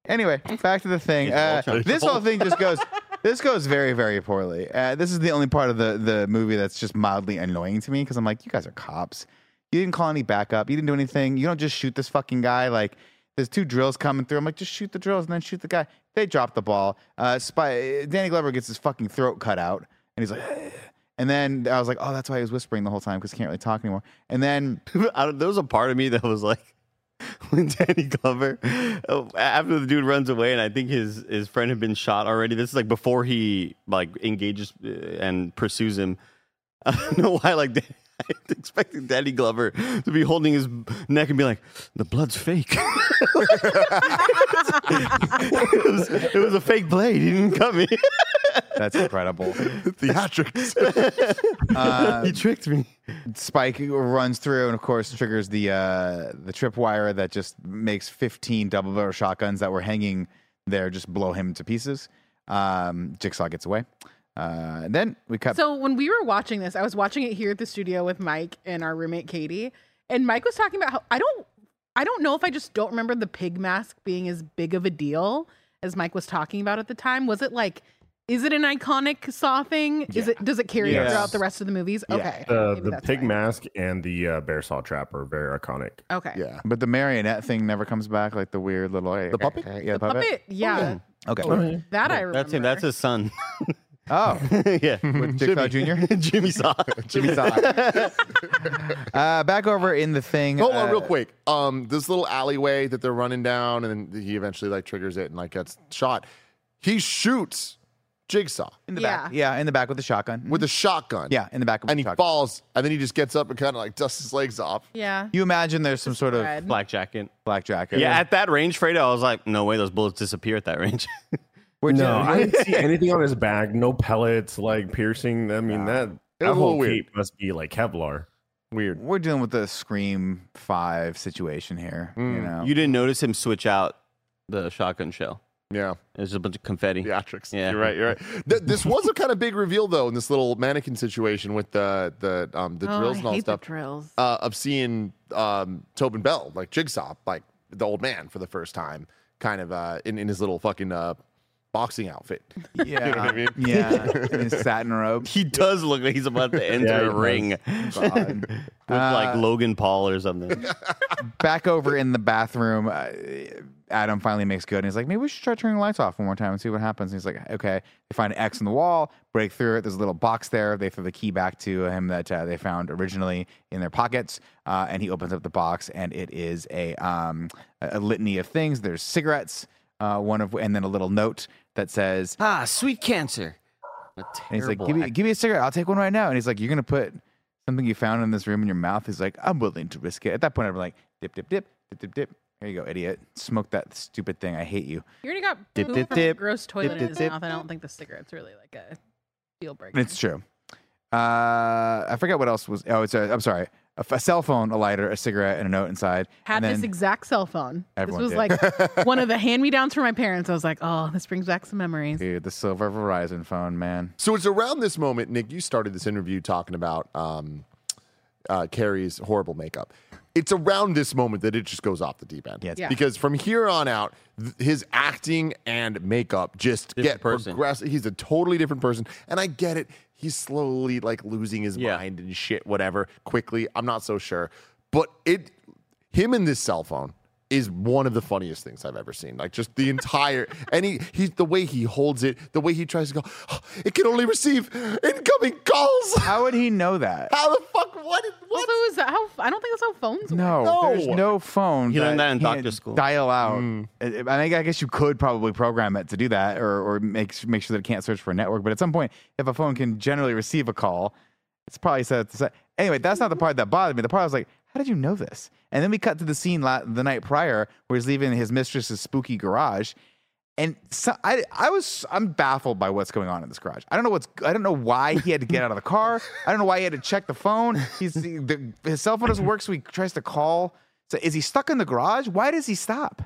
Anyway, back to the thing. Uh, this whole thing just goes. This goes very, very poorly. Uh, this is the only part of the the movie that's just mildly annoying to me because I'm like, you guys are cops. You didn't call any backup. You didn't do anything. You don't just shoot this fucking guy. Like, there's two drills coming through. I'm like, just shoot the drills and then shoot the guy. They drop the ball. Uh, Spy Danny Glover gets his fucking throat cut out, and he's like, and then I was like, oh, that's why he was whispering the whole time because he can't really talk anymore. And then
I don't, there was a part of me that was like, when Danny Glover, oh, after the dude runs away, and I think his his friend had been shot already. This is like before he like engages uh, and pursues him. I don't know why. Like, I expected Danny Glover to be holding his neck and be like, "The blood's fake." it, was, it was a fake blade. He didn't cut me.
that's incredible.
theatrics.
he tricked me.
Spike runs through and of course triggers the uh the tripwire that just makes 15 double barrel shotguns that were hanging there just blow him to pieces. Um Jigsaw gets away. Uh and then we cut
So when we were watching this, I was watching it here at the studio with Mike and our roommate Katie, and Mike was talking about how I don't I don't know if I just don't remember the pig mask being as big of a deal as Mike was talking about at the time. Was it like Is it an iconic Saw thing? Is it does it carry
Yes.
throughout the rest of the movies? Okay,
The,
maybe
Uh, the
that's
pig
why.
mask and the uh, bear saw trap are very iconic.
Okay,
Yeah.
But the marionette thing never comes back, like the weird little the
puppet?
Yeah, the puppet.
puppet. Yeah,
Okay.
that I remember.
That's him. That's his son.
Oh,
yeah.
with Dick Saw Jr.
Jimmy saw.
Jimmy Side.
Uh, back over in the thing.
Hold on,
uh,
Oh, real quick. Um, this little alleyway that they're running down, and then he eventually like triggers it and like gets shot. He shoots Jigsaw
In the
Yeah.
back. Yeah, in the back with the shotgun.
with a shotgun.
yeah, in the back with
and
the
he
shotgun.
falls, and then he just gets up and kind of like dusts his legs off.
yeah.
You imagine there's some sort of
Red.
Black jacket.
black jacket.
Yeah, at that range, Fredo, I was like, no way, those bullets disappear at that range.
We're
No,
just-
I didn't see anything on his back. No pellets, like piercing. I mean, that,
a
that whole
little weird.
cape must be like Kevlar.
Weird.
we're dealing with the Scream Five situation here. You know,
you didn't notice him switch out the shotgun shell.
Yeah.
There's a bunch of confetti.
Theatrics.
Yeah.
You're right. You're right. Th- this was a kind of big reveal though in this little mannequin situation with the the um the
oh,
drills
I
and all
hate
stuff
the drills.
uh, of seeing um Tobin Bell like Jigsaw like the old man for the first time, kind of uh in in his little fucking uh boxing outfit.
yeah, yeah, in satin robes.
He does look like he's about to enter
Yeah, he
a
does.
ring with like Logan Paul or something.
Back over in the bathroom, uh, Adam finally makes good, and he's like, "Maybe we should try turning the lights off one more time and see what happens." And he's like, "Okay." They find an X in the wall, break through it. There's a little box there. They throw the key back to him that uh, they found originally in their pockets, uh, and he opens up the box, and it is a um, a a litany of things. There's cigarettes, uh, one of, and then a little note that says,
ah, sweet cancer. A
And he's
terrible
like, give me,
act-
give me a cigarette. I'll take one right now. And he's like, you're going to put something you found in this room in your mouth. He's like, I'm willing to risk it. At that point, I'm like, dip, dip, dip, dip, dip, dip. Here you go, idiot. Smoke that stupid thing. I hate you.
You already got
Dip,
poo
dip,
from a
dip.
gross toilet
Dip,
in
dip,
his
dip.
mouth. I don't think the cigarette's really like a deal breaker.
And it's true. Uh, I forget what else was. Oh, it's a, I'm sorry. A, f- a cell phone, a lighter, a cigarette, and a note inside.
had
and then,
this exact cell phone. This
Everyone
was
did.
like one of the hand me downs for my parents. I was like, oh, this brings back some memories.
dude, the silver Verizon phone, man.
So it's around this moment, Nick. You started this interview talking about um, uh, Carrie's horrible makeup. It's around this moment that it just goes off the deep end.
Yeah, it's-
Yeah.
Because from here on out, th- his acting and makeup just
Different
get
person.
progress. He's a totally different person, and I get it. He's slowly like losing his
Yeah.
mind and shit, whatever. Quickly, I'm not so sure, but it him in this cell phone is one of the funniest things I've ever seen. Like just the entire and he he's the way he holds it, the way he tries to go. "Oh, it can only receive incoming calls.
How would he know that?
How the fuck? What? What?
Also, is that how? I don't think that's how phones. work.
No,
No.
there's no phone.
He learned that in
can't
doctor school.
Dial out. I- I think I guess you could probably program it to do that, or or make make sure that it can't search for a network. But at some point, if a phone can generally receive a call, it's probably set up to set. Anyway, that's not the part that bothered me. The part I was like, how did you know this? And then we cut to the scene la- the night prior where he's leaving his mistress's spooky garage. And so I, I was, I'm baffled by what's going on in this garage. I don't know what's, I don't know why he had to get out of the car. I don't know why he had to check the phone. He's the, his cell phone doesn't work, so he tries to call. So is he stuck in the garage? Why does he stop?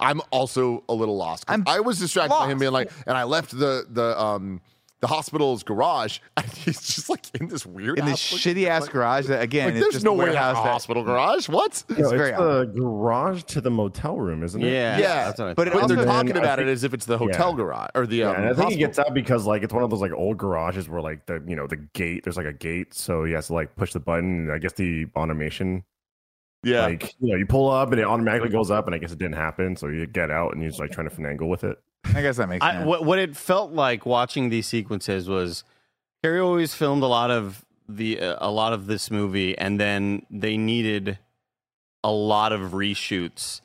I'm also a little lost. 'cause
I'm
I was distracted by him
lost.
being like, and I left the the um the hospital's garage, and he's just like in this weird
In this
ass-
shitty ass garage that again,
Like,
it's
there's
just
no
a
way that's
warehouse
a
that-
hospital garage. What?
No, it's
very
the garage to the motel room, isn't it?
yeah,
Yeah,
that's what I
but it
But
also
they're
then
talking
I
about
think-
it as if it's the hotel
Yeah.
garage or the.
Yeah,
um,
and I think he
hospital.
gets out because like it's one of those like old garages where like the you know the gate there's like a gate so he has to like push the button and I guess the automation
Yeah,
like you know you pull up and it automatically goes up and I guess it didn't happen so you get out and he's like trying to finagle with it
I guess that makes
I,
sense.
what, what it felt like watching these sequences was Carrie always filmed a lot of the uh, a lot of this movie, and then they needed a lot of reshoots,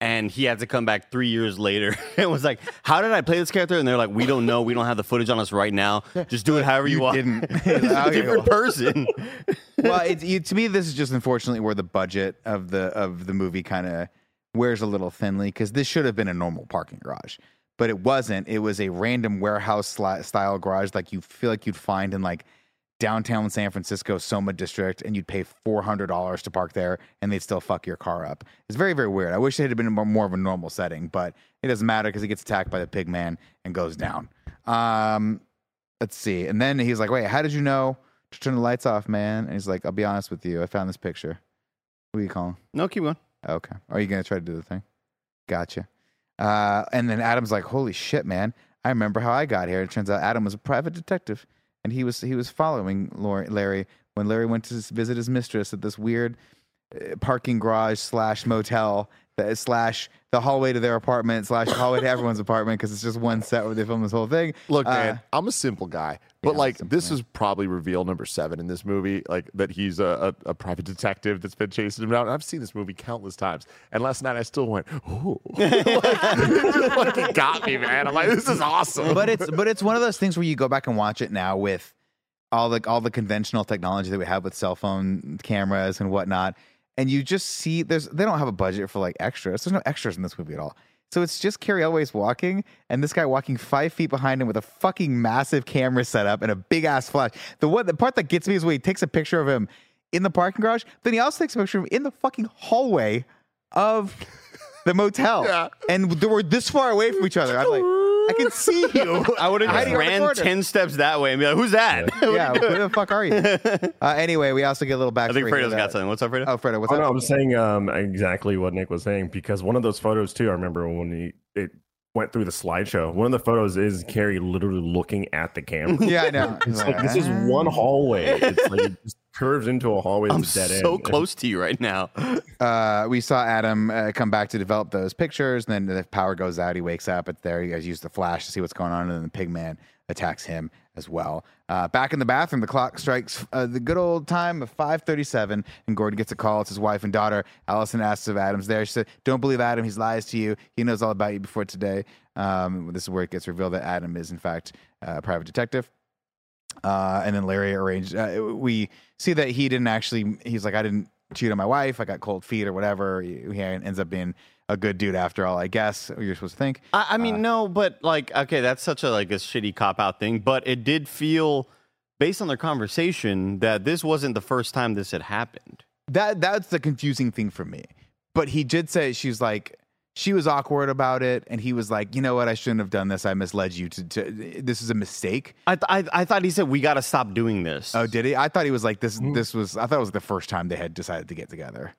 and he had to come back three years later and was like, "How did I play this character?" And they're like, "We don't know. We don't have the footage on us right now. Just do it however you,
you
want."
didn't.
He's a
Okay,
different
cool.
person.
well, it's you, to me, this is just unfortunately where the budget of the of the movie kind of wears a little thinly because this should have been a normal parking garage, but it wasn't. It was a random warehouse sli- style garage, like you feel like you'd find in like downtown San Francisco Soma district, and you'd pay four hundred dollars to park there, and they'd still fuck your car up. It's very very weird. I wish it had been more, more of a normal setting, but it doesn't matter because he gets attacked by the pig man and goes down. Um, let's see. And then he's like, wait, how did you know to turn the lights off, man? And he's like, I'll be honest with you. I found this picture. Who are you Oh, calling?
no, keep going.
Okay. Are you going to try to do the thing? Gotcha. Uh, and then Adam's like, holy shit, man. I remember how I got here. It turns out Adam was a private detective, and he was he was following Lor- Larry when Larry went to s- visit his mistress at this weird uh, parking garage slash motel that is slash the hallway to their apartment slash the hallway to everyone's apartment because it's just one set where they film this whole thing.
Look,
Uh,
man, I'm a simple guy, but
I'm a
like
simple
this
man.
is probably reveal number seven in this movie, like that he's a, a, a private detective that's been chasing him down. And I've seen this movie countless times, and last night I still went, "Ooh, like, it just, like, it got me, man." I'm like, "This is awesome."
but it's but it's one of those things where you go back and watch it now with all the all the conventional technology that we have with cell phone cameras and whatnot, and you just see there's they don't have a budget for like extras. There's no extras in this movie at all. So it's just Carrie Elway's walking, and this guy walking five feet behind him with a fucking massive camera setup and a big ass flash. The one the part that gets me is when he takes a picture of him in the parking garage, then he also takes a picture of him in the fucking hallway of the motel.
Yeah.
And they were this far away from each other. I'm like, I can see you. I would
I ran ten steps that way and be like, "Who's that?"
Yeah, where the fuck are you? Uh, anyway, we also get a little backstory.
I think
here
Fredo's
that-
got something. What's up, Fredo?
Oh, Fredo, what's
Oh,
up?
no, I'm saying um, exactly what Nick was saying because one of those photos too. I remember when he, it went through the slideshow. One of the photos is Carrie literally looking at the camera.
Yeah, I know.
It's like this is one hallway. It's like it just curves into a hallway.
I'm
that's dead
so
end.
close to you right now.
Uh, we saw Adam uh, come back to develop those pictures, and then the power goes out. He wakes up, but there he guys use the flash to see what's going on, and then the pigman attacks him as well. Uh, back in the bathroom, the clock strikes uh, the good old time of 5:37, and Gordon gets a call. It's his wife and daughter. Allison asks if Adam's there. She said, "Don't believe Adam. He's lies to you. He knows all about you before today." Um, this is where it gets revealed that Adam is in fact a private detective. Uh, and then Larry arranged. Uh, we see that he didn't actually. He's like, I didn't cheat on my wife. I got cold feet or whatever. He he ends up being a good dude after all. I guess you're supposed to think.
I, I
Uh,
mean, no, but like, okay, that's such a like a shitty cop out thing. But it did feel, based on their conversation, that this wasn't the first time this had happened.
That that's the confusing thing for me. But he did say she's like she was awkward about it, and he was like, you know what, I shouldn't have done this. I misled you. To, to this is a mistake.
I, th- I I thought he said we got to stop doing this.
Oh, did he? I thought he was like this. This was. I thought it was the first time they had decided to get together.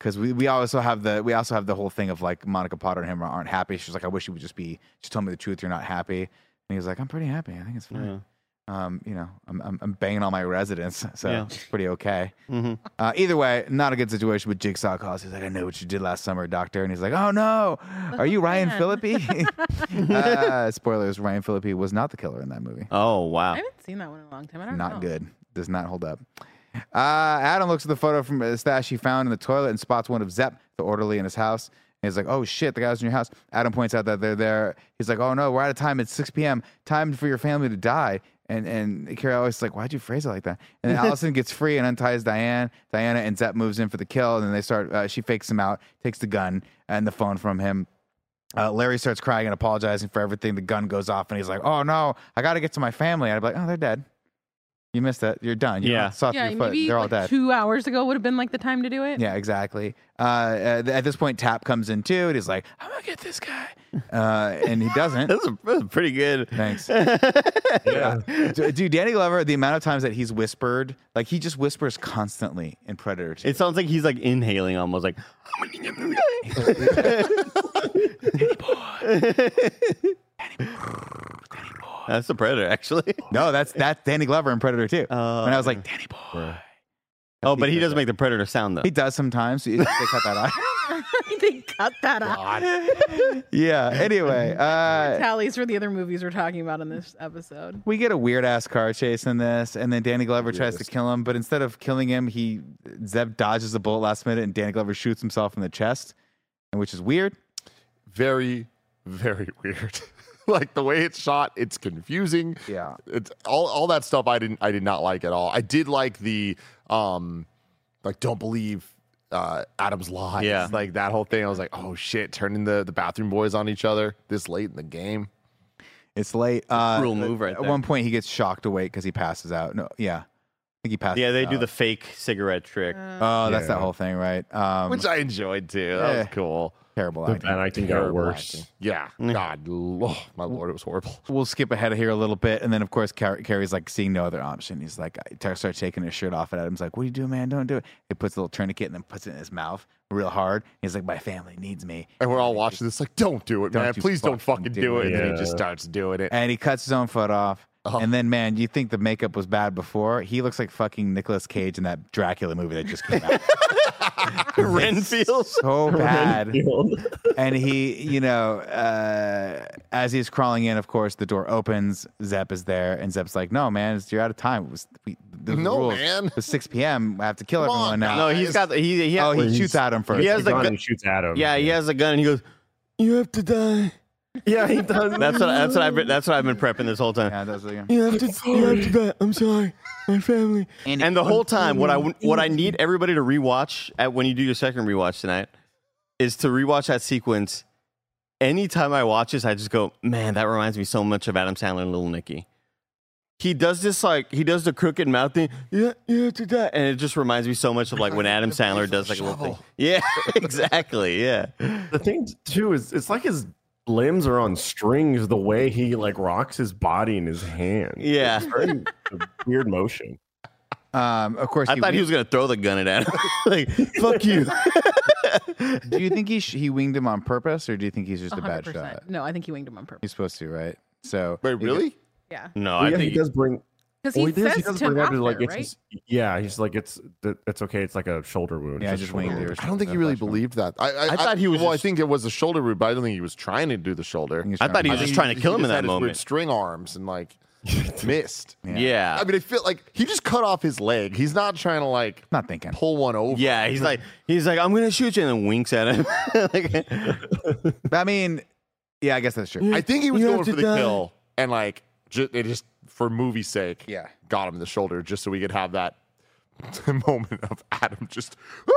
Because we, we also have the we also have the whole thing of like Monica Potter and him aren't happy. She's like, I wish you would just be. Just tell me the truth. You're not happy. And he was like, I'm pretty happy. I think it's fine. Um, you know, I'm, I'm I'm banging all my residents, so
Yeah.
it's pretty okay.
Mhm.
Uh, either way, not a good situation. But Jigsaw calls. He's like, I know what you did last summer, Doctor. And he's like, Oh no, are you Ryan
man.
Phillippe? uh, spoilers: Ryan Phillippe was not the killer in that movie
Oh
I
wow.
haven't seen that one in a long time. I don't
not
know.
good. Does not hold up. Uh, Adam looks at the photo from a stash he found in the toilet and spots one of Zepp, the orderly in his house. And he's like, oh shit, the guy was in your house. Adam points out that they're there. He's like, oh no, we're out of time. It's 6 p.m. Time for your family to die. And and Carrie always like, why'd you phrase it like that? And then Allison gets free and unties Diane. Diana and Zepp moves in for the kill. And then they start, uh, she fakes him out, takes the gun and the phone from him. Uh, Larry starts crying and apologizing for everything. The gun goes off and he's like, oh no, I got to get to my family. And I'd be like, oh, they're dead. You missed that. You're done. You
Yeah.
Saw through
Yeah,
your foot.
maybe
They're all
like,
dead.
two hours ago would have been like the time to do it.
Yeah, exactly. Uh, uh, th- at this point, Tap comes in too, and he's like, "I'm gonna get this guy," uh, and he doesn't.
That's a, that's a pretty good.
Thanks,
Yeah.
D- dude. Danny Glover, the amount of times that he's whispered, like he just whispers constantly in Predator. 2.
It sounds like he's like inhaling almost like that's the predator actually.
no, that's that's Danny Glover in Predator Two.
Oh,
and I was like, Danny boy.
Oh, but he does make the predator sound though.
He does sometimes. so they cut that out.
they cut that out.
yeah. Anyway, uh,
Tallies for the other movies we're talking about in this episode.
we get a weird ass car chase in this, and then Danny Glover tries to kill him, but instead of killing him, he Zeb dodges a bullet last minute, and Danny Glover shoots himself in the chest, and which is weird.
very, very weird. like the way it's shot, it's confusing.
Yeah.
It's all all that stuff I didn't I did not like at all. I did like the um like don't believe uh Adam's lies.
Yeah.
Like that whole thing. I was like, oh shit, turning the, the bathroom boys on each other this late in the game.
It's late. Uh,
cruel move right
At
there.
one point, he gets shocked awake because he passes out. No, yeah, think he passed.
Yeah, they
it
do
out.
the fake cigarette trick.
Oh, that's
Yeah.
that whole thing, right? Um,
which I enjoyed too. That was
Yeah.
cool.
terrible
The
acting.
bad acting got
Terrible
worse.
acting.
Yeah. God, oh, my lord, it was horrible.
We'll skip ahead here a little bit, and then of course Car- Carrie's like seeing no other option. He's like, I t- start taking his shirt off, and Adam's like, "What do you do, man? Don't do it." He puts a little tourniquet and then puts it in his mouth real hard. He's like, "My family needs me,"
And we're all watching this like, don't do it,
Don't
man.
you
Please don't
fucking
fucking
do
do it. And then he
it.
just starts doing it.
and he cuts his own foot off.
Oh.
And then, man, you think the makeup was bad before? He looks like fucking Nicolas Cage in that Dracula movie that just came out.
Renfield.
so bad.
Renfield.
and he, you know, uh, as he's crawling in, of course, the door opens. Zep is there, and Zep's like, "No, man, it's, you're out of time. It was, we, the
No,
rules.
man.
It's 6 p.m. I have to kill
Come
everyone
on,
now."
No, Uh, he's got the, he, he
oh,
has,
he shoots at him first.
he has
He's
the
gone
gu-
and shoots at him.
yeah, he has a gun and he goes, "You have to die."
Yeah, he does.
That's what that's what I've been, that's what I've been prepping this whole time.
yeah, that's like,
You have to. You have to die. I'm sorry, my family.
And-
And, the whole time, what I what I need everybody to rewatch at when you do your second rewatch tonight is to rewatch that sequence. Anytime I watch this, I just go, man, that reminds me so much of Adam Sandler and Little Nicky. He does this like he does the crooked mouth thing. Yeah, you have to die, and it just reminds me so much of like when Adam Sandler does like a little thing. Yeah, exactly. Yeah,
the thing too is it's like his limbs are on strings the way he like rocks his body in his hand.
yeah.
It's very a weird motion.
um, of course,
I thought he was gonna throw the gun at Adam. like, fuck you.
do you think he sh- he winged him on purpose, or do you think he's just a bad
100%.
shot?
No, I think he winged him on purpose.
He's supposed to, right? So
Wait, really?
Yeah.
No,
yeah,
I
he
think
does bring.
Because
well,
he,
does,
says
does
to him
bring up
after,
like it's
right?
just, yeah, he's like it's it's okay. It's like a shoulder wound.
Yeah,
It's
just
a shoulder
winged
wound.
it.
I don't think he really believed that. I, I,
I thought he was
Well, I
just-
think it was a shoulder root, but I don't think he was trying to do the shoulder.
he's
I thought he was
I
just
think
trying to
he-
kill
he
him
just
in that
had his weird
moment.
string arms and like missed.
Yeah.
I mean, I feel like he just cut off his leg. He's not trying to like
not thinking.
pull one over.
Yeah, he's like, he's like, I'm gonna shoot you, and then winks at him. Like,
But, I mean, yeah, I guess that's true.
I think he was
You
going
have
for
to
the
die.
kill, and like ju- it just for movie's sake,
Yeah.
got him in the shoulder just so we could have that moment of Adam just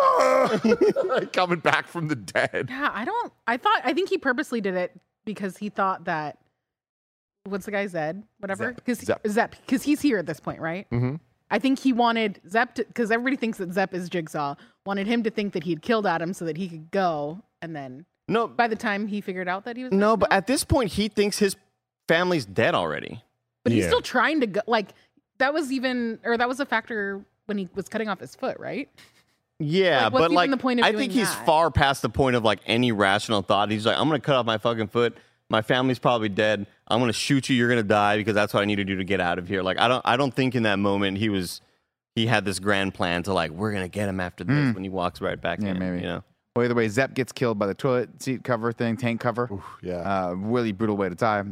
coming back from the dead.
Yeah, I don't. I thought. I think he purposely did it because he thought that. What's the guy Zed? Whatever. Because
Zep.
Zep. Because he's here at this point, right? Mm-hmm. I think he wanted Zep because everybody thinks that Zep is Jigsaw. Wanted him to think that he had killed Adam so that he could go, and then
no,
by the time he figured out that he was
no, but at this point, he thinks his family's dead already.
but he's
Yeah.
still trying to go. Like that was even or that was a factor when he was cutting off his foot, right?
Yeah,
Like, what's
but
even
like,
the point of
I
doing
think he's
that?
far past the point of like any rational thought. He's like, I'm gonna cut off my fucking foot. My family's probably dead. I'm gonna shoot you. You're gonna die because that's what I need to do to get out of here. Like, I don't, I don't think in that moment he was, he had this grand plan to like, we're gonna get him after this when he walks right back
Hmm. Yeah,
in.
maybe.
You know,
Well, either way, Zep gets killed by the toilet seat cover thing, tank cover.
Yeah,
uh, really brutal way to die.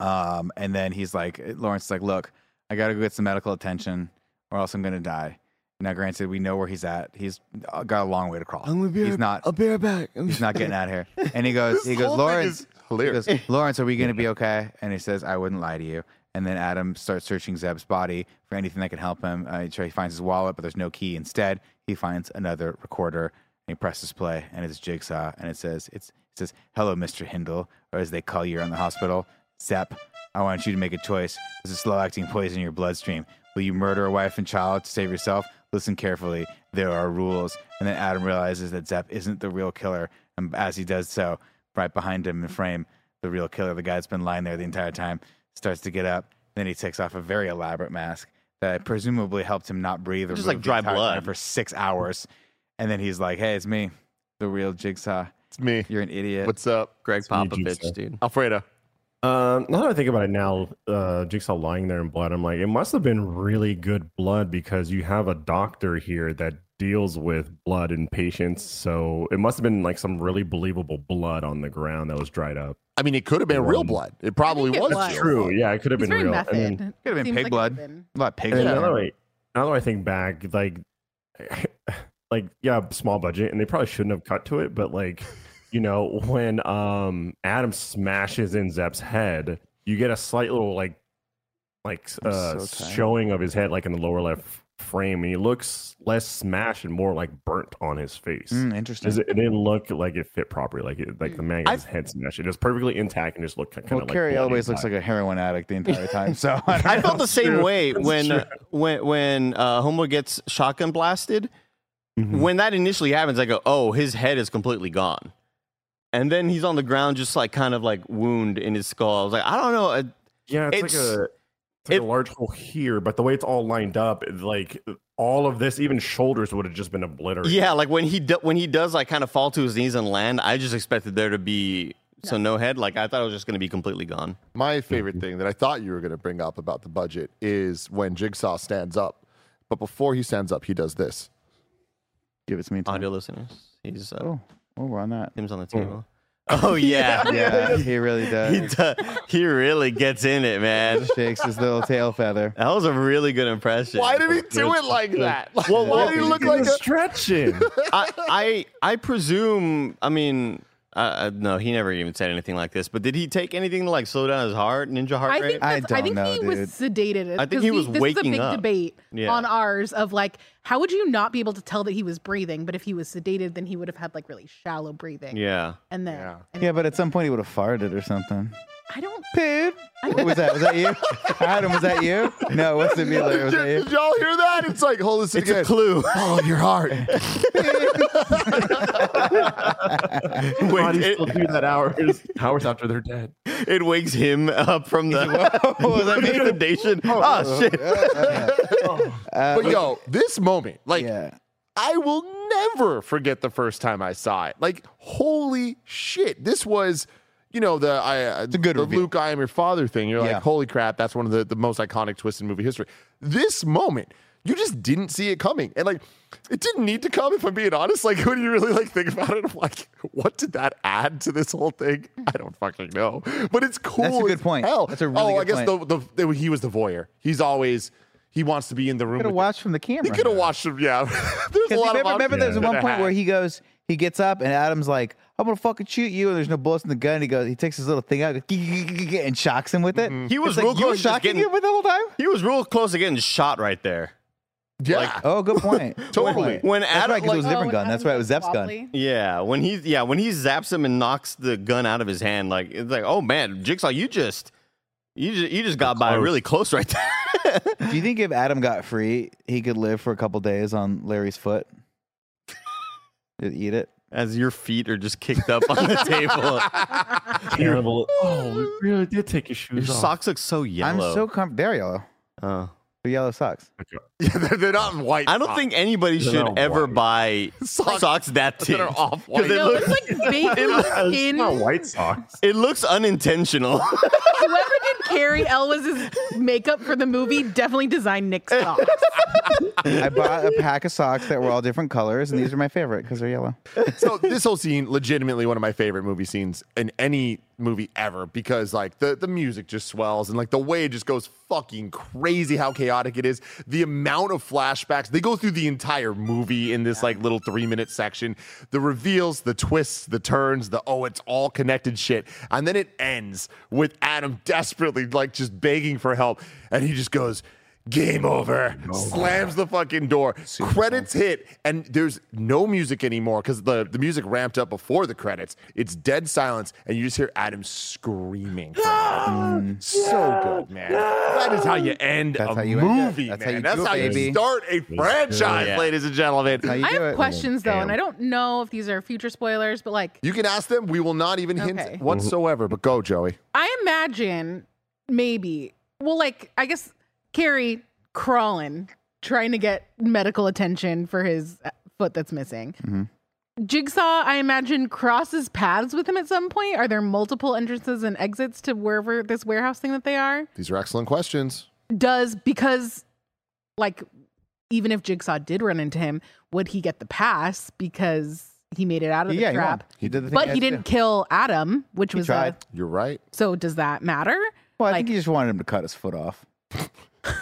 Um, and then he's like, Lawrence is like, look, I gotta go get some medical attention, or else I'm gonna die. Now, granted, we know where he's at. He's uh, got a long way to crawl. he's not.
I'll be right back.
He's not getting out of here. And he goes, he
This
goes,
whole thing
Lawrence,
is hilarious.
he goes, Lawrence, are we gonna be okay? And he says, I wouldn't lie to you. And then Adam starts searching Zeb's body for anything that can help him. Uh, he try- he finds his wallet, but there's no key. Instead, he finds another recorder and he presses play, and it's Jigsaw, and it says, it's, it says, "Hello, Mr. Hindle," or as they call you around the hospital, Zep. I want you to make a choice. There's a slow-acting poison in your bloodstream. Will you murder a wife and child to save yourself? Listen carefully. There are rules. And then Adam realizes that Zep isn't the real killer, and as he does so, right behind him in frame, the real killer, the guy that's been lying there the entire time, starts to get up. Then he takes off a very elaborate mask that presumably helped him not breathe or
Just
move
like
the
dry
entire time
blood.
for six hours. And then he's like, "Hey, it's me, the real Jigsaw.
it's me.
You're an idiot."
What's up,
Greg
That's what you
Popovich,
said.
dude.
Alfredo?
Um, now that I think about it now, uh, Jigsaw lying there in blood, I'm like, it must have been really good blood because you have a doctor here that deals with blood in patients. So it must have been like some really believable blood on the ground that was dried up.
I mean, it could have been real
Um,
blood. It probably
it
was.
was.
real
True.
blood.
Yeah, it could have
He's
been
very
real.
method.
And then,
Could have been
Seems
pig
like it
blood.
could've been.
a lot of pig
and
blood.
then now, that I, now that I think back, like, like yeah, small budget, and they probably shouldn't have cut to it, but like, you know, when um Adam smashes in Zep's head, you get a slight little like, like
I'm
uh
so tired.
showing of his head, like in the lower left frame, and he looks less smashed and more like burnt on his face.
Mm, interesting. Mm.
Is It, it didn't look like it fit properly. Like it, like the man got his head smashed. It was perfectly intact and just looked kind of
well,
like.
Carrie
bloody
always looks
black.
like a heroin addict the entire time. So
I felt the same
true.
way
That's
when uh,
true.
when when uh, Homeboy gets shotgun blasted. When that initially happens, I go, "Oh, his head is completely gone," and then he's on the ground, just like kind of like wound in his skull. I was like, "I don't know." I-
Yeah, it's,
It's-
like a it's like
it-
a large hole here, but the way it's all lined up, like all of this, even shoulders would have just been obliterated.
Yeah, like when he do- when he does like kind of fall to his knees and land, I just expected there to be so no head. Like I thought it was just going to be completely gone.
My favorite thing that I thought you were going to bring up about the budget is when Jigsaw stands up, but before he stands up, he does this.
give it to me. Tom.
Audio listeners, he's uh,
Oh, oh, we're on that.
Tim's on the table. Oh yeah,
Yeah, he really
he
does.
do- he really gets in it, man.
Shakes his little tail feather.
That was a really good impression.
Why did he do it like that? Well, why did he look
Look
like a?
stretching.
I I, I presume. I mean, uh, uh, no, he never even said anything like this. But did he take anything to like slow down his heart, ninja heart
I
rate?
think,
I
that's, I
don't
think
know,
he was sedated.
I think
'cause
he was
this
waking
is a big
up.
debate
Yeah.
on ours of like, how would you not be able to tell that he was breathing? But if he was sedated, then he would have had like really shallow breathing.
yeah.
And then,
Yeah.
and
Yeah, but at some point he would have farted or something.
I don't.
Dude, what was that? Was that you? Adam, was that you? No, what's the Mueller? Was
Did,
that you?
did y'all hear that? It's like, hold this
It's
again.
a clue.
Follow your heart.
Wait,
Bodies
it,
still do that hours hours after they're dead.
it wakes him up from the
was that me?
sedation. Oh shit!
but yo, this moment, like,
Yeah.
I will never forget the first time I saw it. Like, holy shit, this was. You know the I uh,
a good
the
reveal.
Luke I am your father thing. You're
Yeah.
like, holy crap, that's one of the, the most iconic twists in movie history. This moment, you just didn't see it coming, and like, it didn't need to come. If I'm being honest, like, when you really like think about it, I'm like, what did that add to this whole thing? I don't fucking know, but it's cool.
good
as
point.
Hell,
That's a really
oh,
good
I guess
point.
The, the, the he was the voyeur. He's always he wants to be in the room.
Could have
with
watched from the camera.
he could have watched him. Yeah, there's a
Because
lot of
remember, remember
options
there's
that
one
it
point where
had.
he goes, he gets up, and Adam's like, "I'm gonna fucking shoot you," and there's no bullets in the gun. He goes, he takes his little thing out and shocks him with it.
He
It's
was
like,
real
you were
close to just
shocking
getting.
him with the whole time.
He was real close to getting shot right there.
yeah.
Oh, good point. Good
Totally.
point.
When
That's
Adam,
right, because it was a
like-
different
Oh,
gun. That's
Adam
right, it was
goes
Zepp's gun.
wobbly.
Yeah, when he yeah when he zaps him and knocks the gun out of his hand, like it's like oh man, Jigsaw, you just you just you just got by really close right there.
Do you think if Adam got free, he could live for a couple days on Larry's foot? He'd Eat it.
As your feet are just kicked up on the table,
Terrible. Oh, we really did take your shoes
your
off.
socks look so
I'm
yellow.
so comfortable. They're yellow.
Oh.
They're yellow socks.
yeah, they're, they're not white.
I don't
socks.
think anybody
They're
should
not
ever
white.
buy socks,
Socks that
that tint.
are off
'Cause
white.
it,
No,
looks,
it's like baby skin.
Not white socks.
it looks unintentional.
Whoever did Carrie Elwes's makeup for the movie definitely designed Nick's socks.
I bought a pack of socks that were all different colors, and these are my favorite because they're yellow.
so this whole scene, legitimately one of my favorite movie scenes in any movie ever, because like the the music just swells and like the way it just goes fucking crazy how chaotic it is. The amount of flashbacks they go through the entire movie in this like little three minute section. The reveals, the twists, the turns, the oh it's all connected shit, and then it ends with Adam desperately like just begging for help, and he just goes. Game over.
Oh
Slams the fucking door. credits hit, and there's no music anymore because the, the music ramped up before the credits. It's dead silence, and you just hear Adam screaming.
Mm,
So good, man. That is how you end
That's
a
how you end it.
movie,
That's how
man.
you
That's
do it,
how
baby.
you start a franchise,
Yeah.
ladies and gentlemen.
How you
I
do
have
it.
questions though, and
Damn.
I don't know if these are future spoilers, but like
You can ask them. We will not even hint
Okay.
whatsoever, but go, Joey.
I imagine maybe well, like I guess Carrie crawling, trying to get medical attention for his uh, foot that's missing. Jigsaw, I imagine, crosses paths with him at some point. Are there multiple entrances and exits to wherever this warehouse thing that they are?
These are excellent questions.
Does because like even if Jigsaw did run into him, would he get the pass because he made it out of the
Yeah, he, won.
trap?
he did the thing.
but
had
he
to
didn't
do.
kill Adam, which was a-
tried.
You're right.
so. Does that matter?
Well, I
like-
think he just wanted him to cut his foot off.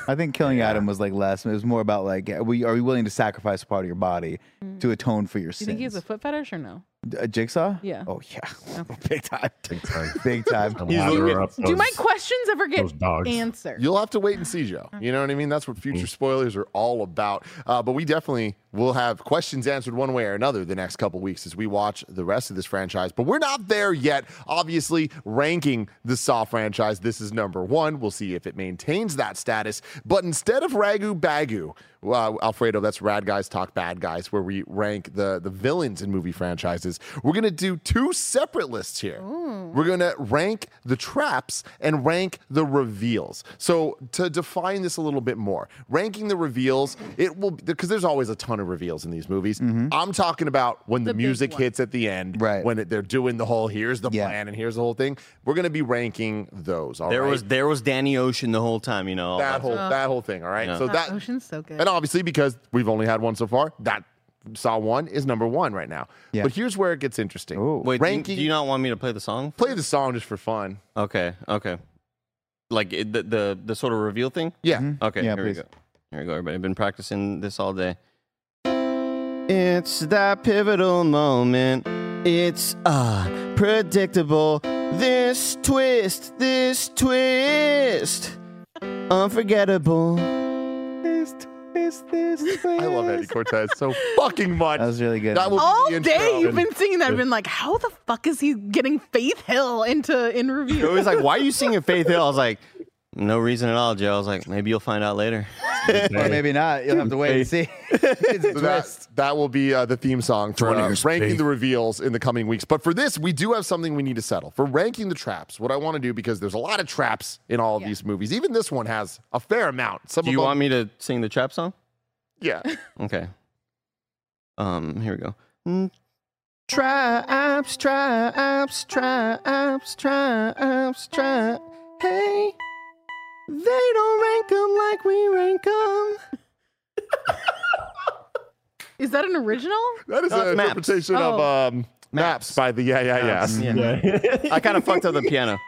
I think killing Adam was like less. It was more about like, are we are you willing to sacrifice part of your body to atone for
Mm. Do
your
you
sins?
think he has a foot fetish or no?
A jigsaw?
Yeah.
Oh yeah. Big time.
time.
Big time.
He's
Lather
looking-
up
Do
those-
my questions ever
those
get
dogs.
answered?
You'll have to wait and see, Joe. You know what I mean? That's what future spoilers are all about. Uh, but we definitely will have questions answered one way or another the next couple weeks as we watch the rest of this franchise. But we're not there yet. Obviously, ranking the Saw franchise, this is number one. We'll see if it maintains that status. But instead of Ragu Bagu, uh, Alfredo, that's Rad Guys Talk Bad Guys, where we rank the, the villains in movie franchises. We're going to do two separate lists here. We're going to rank the traps and rank the reveals. So, to define this a little bit more, ranking the reveals, it will, because there's always a ton of reveals in these movies. I'm talking about when the,
big
music
ones.
hits at the end,
Right.
when it, they're doing the whole here's the
Yeah.
plan and here's the whole thing. We're going to be ranking those. All right,
There was there was Danny Ocean the whole time, you know.
that whole, that whole thing. All right. So, that,
Ocean's so good.
and obviously, because we've only had one so far, that Saw One is number one right now.
Yeah.
But here's where it gets interesting.
Wait, do you-
ranking.
Do, you not want me to play the song?
play the song just for fun?
Okay, okay. Like it, the, the the sort of reveal thing.
Yeah.
Okay,
Mm-hmm. Yeah,
here
please.
we go. Here we go, everybody. I've been practicing this all day. It's that pivotal moment. It's unpredictable. This twist, this twist, unforgettable.
I love Eddie Cortez so fucking much.
That was really good.
That will be
All
the intro.
day you've been singing that. I've been like, how the fuck is he getting Faith Hill into in
It
review?
was like, why are you singing Faith Hill? I was like, no reason at all, Joe. I was like, maybe you'll find out later.
Or maybe not. You'll have to wait and see. it's a
So
twist.
that, that will be uh, the theme song for uh, ranking the reveals in the coming weeks. But for this, we do have something we need to settle. For ranking the traps, what I want to do, because there's a lot of traps in all of these movies, even this one has a fair amount. Some
Do
of
you
them,
want me to sing the trap song?
Yeah.
Okay. Um, here we go. Mm. Traps, traps, traps, traps, traps. Hey, they don't rank them like we rank them.
Is that an original?
That is
No,
an
it's Maps.
interpretation
Oh.
of um, maps.
Maps.
by the Yeah Yeah Yeah.
Yeah. I kind of fucked up the piano.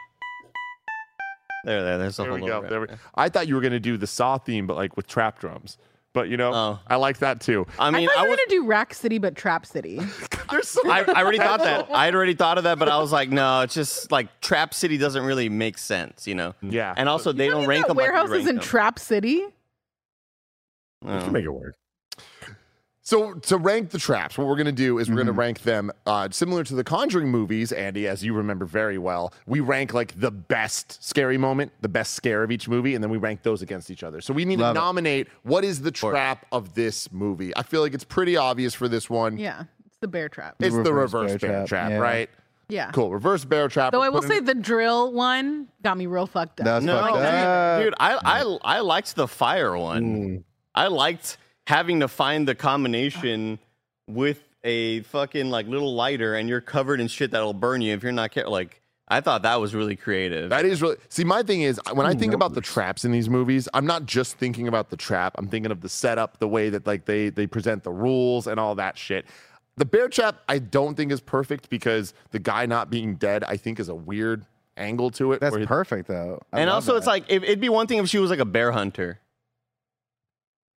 There, there, there's a
There
whole
we go.
little
There we,
rap.
I thought you were going to do the Saw theme, but like with trap drums. But you know,
Oh.
I like that too.
I
I
mean,
thought you
I
were
was.
gonna do Rack City, but Trap City.
There's so
I, I already thought that. I had already thought of that, but I was like, no, it's just like Trap City doesn't really make sense, you know?
Yeah.
And also, they don't
Isn't
rank
that
them like we
Warehouse is
rank
in
them.
Trap City.
We
Oh.
can make it work.
So to rank the traps, what we're going to do is we're going to rank them uh, similar to the Conjuring movies, Andy, as you remember very well. We rank like the best scary moment, the best scare of each movie, and then we rank those against each other. So we need
Love
to
it.
nominate what is the trap of this movie. I feel like it's pretty obvious for this one.
Yeah, it's the bear trap.
It's the
Reverse
reverse bear,
bear
trap,
trap, yeah.
right?
yeah.
Cool. Reverse bear trap.
Though
We're
I will
putting-
say the drill one got me real fucked up.
That was
No,
fucked
dude,
up.
dude, I,
Mm.
I I liked the fire one. I liked having to find the combination with a fucking like little lighter, and you're covered in shit that'll burn you if you're not careful. Like I thought that was really creative.
That is really see. My thing is when I think about the traps in these movies, I'm not just thinking about the trap. I'm thinking of the setup, the way that like they they present the rules and all that shit. The bear trap I don't think is perfect because the guy not being dead I think is a weird angle to it.
That's
where he-
perfect though. I
and
love
also,
that.
it's like if, it'd be one thing if she was like a bear hunter.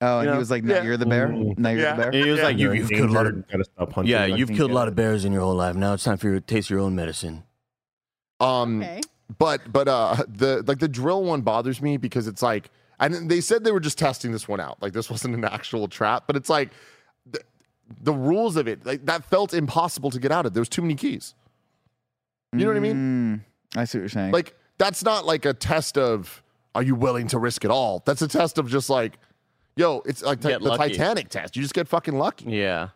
oh, and
you know,
he was like, "Now
yeah.
you're the bear. Now you're
Yeah.
the bear."
And he was like, you,
You're in
you've killed a lot
danger,
of
gotta stop hunting.
yeah,
Like,
you've killed a lot of bears in your whole life. Now it's time for you to taste your own medicine.
Um,
okay.
but but uh the like the drill one bothers me because it's like and they said they were just testing this one out like this wasn't an actual trap but it's like the, the rules of it like that felt impossible to get out of there's too many keys you know what i mean
Mm, I see what you're saying.
like that's not like a test of are you willing to risk it all that's a test of just like yo it's like
Get
the
lucky.
titanic test you just get fucking lucky
Yeah.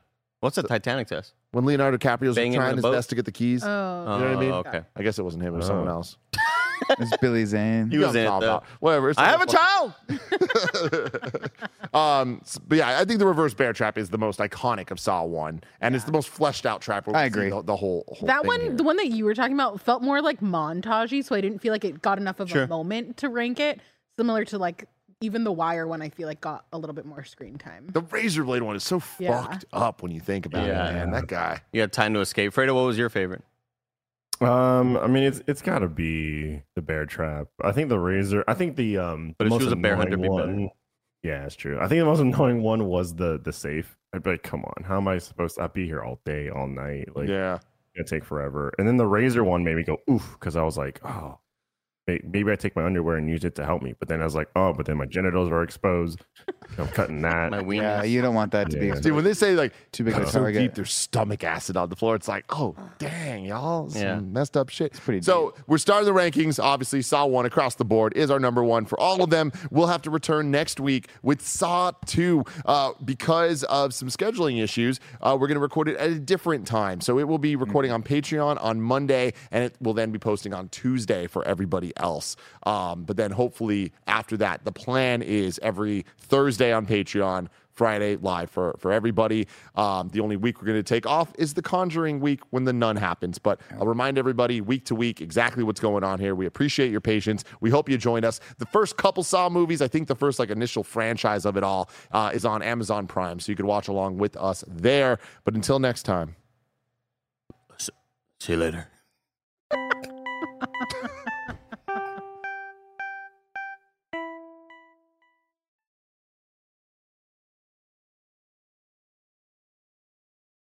What's a Titanic test?
when leonardo DiCaprio's
Banging
trying
the
his
boat?
best to get the keys
Oh,
you
know what I mean?
Okay.
i guess it wasn't him it was someone
Oh.
else
it's Billy Zane.
He was
You
in
know what I'm
it though.
talking about. whatever it's
I
not
have a
fucking-
child.
Um, s- but yeah, I think the reverse bear trap is the most iconic of Saw One, and it's the most fleshed out trap. Where we
I
see
agree.
The, the whole, whole
that
thing
one,
here.
the one that you were talking about, felt more like montagey, so I didn't feel like it got enough of a moment to rank it. Similar to like even the Wire one, I feel like got a little bit more screen time.
the razor blade one is so
Yeah.
fucked up when you think about
Yeah.
it, man. That guy.
You had time to escape. Fredo, what was your favorite?
Um, I mean, it's it's got to be the bear trap. I think the razor. I think the um.
But if she
most
was a bear hunter,
annoying
it'd be better.
one- Yeah, it's true. I think the most annoying one was the the safe. I'd be like, come on, how am I supposed to I'd be here all day, all night? Like,
yeah.
gonna take forever. And then the razor one made me go oof because I was like, oh, may- maybe I take my underwear and use it to help me. But then I was like, oh, but then my genitals are exposed. I'm cutting that.
My wiener.
Yeah, you don't want that to be
Yeah.
exposed.
Dude, when they say like
Too big of
like,
a
so
target.
deep, there's stomach acid on the floor. It's like, oh dang, y'all, some
Yeah.
messed up shit. It's
pretty
so we're starting the rankings. Obviously, Saw One across the board is our number one for all of them. We'll have to return next week with Saw Two uh, because of some scheduling issues. Uh, we're going to record it at a different time, so it will be recording on
Mm-hmm.
Patreon on Monday, and it will then be posting on Tuesday for everybody else. Um, but then hopefully after that, the plan is every Thursday on Patreon. Friday live for for everybody. Um, the only week we're going to take off is the Conjuring week when the Nun happens. But I'll remind everybody week to week exactly what's going on here. We appreciate your patience. We hope you join us. The first couple Saw movies, I think the first like initial franchise of it all, uh, is on Amazon Prime, so you can watch along with us there. But until next time.
See you later.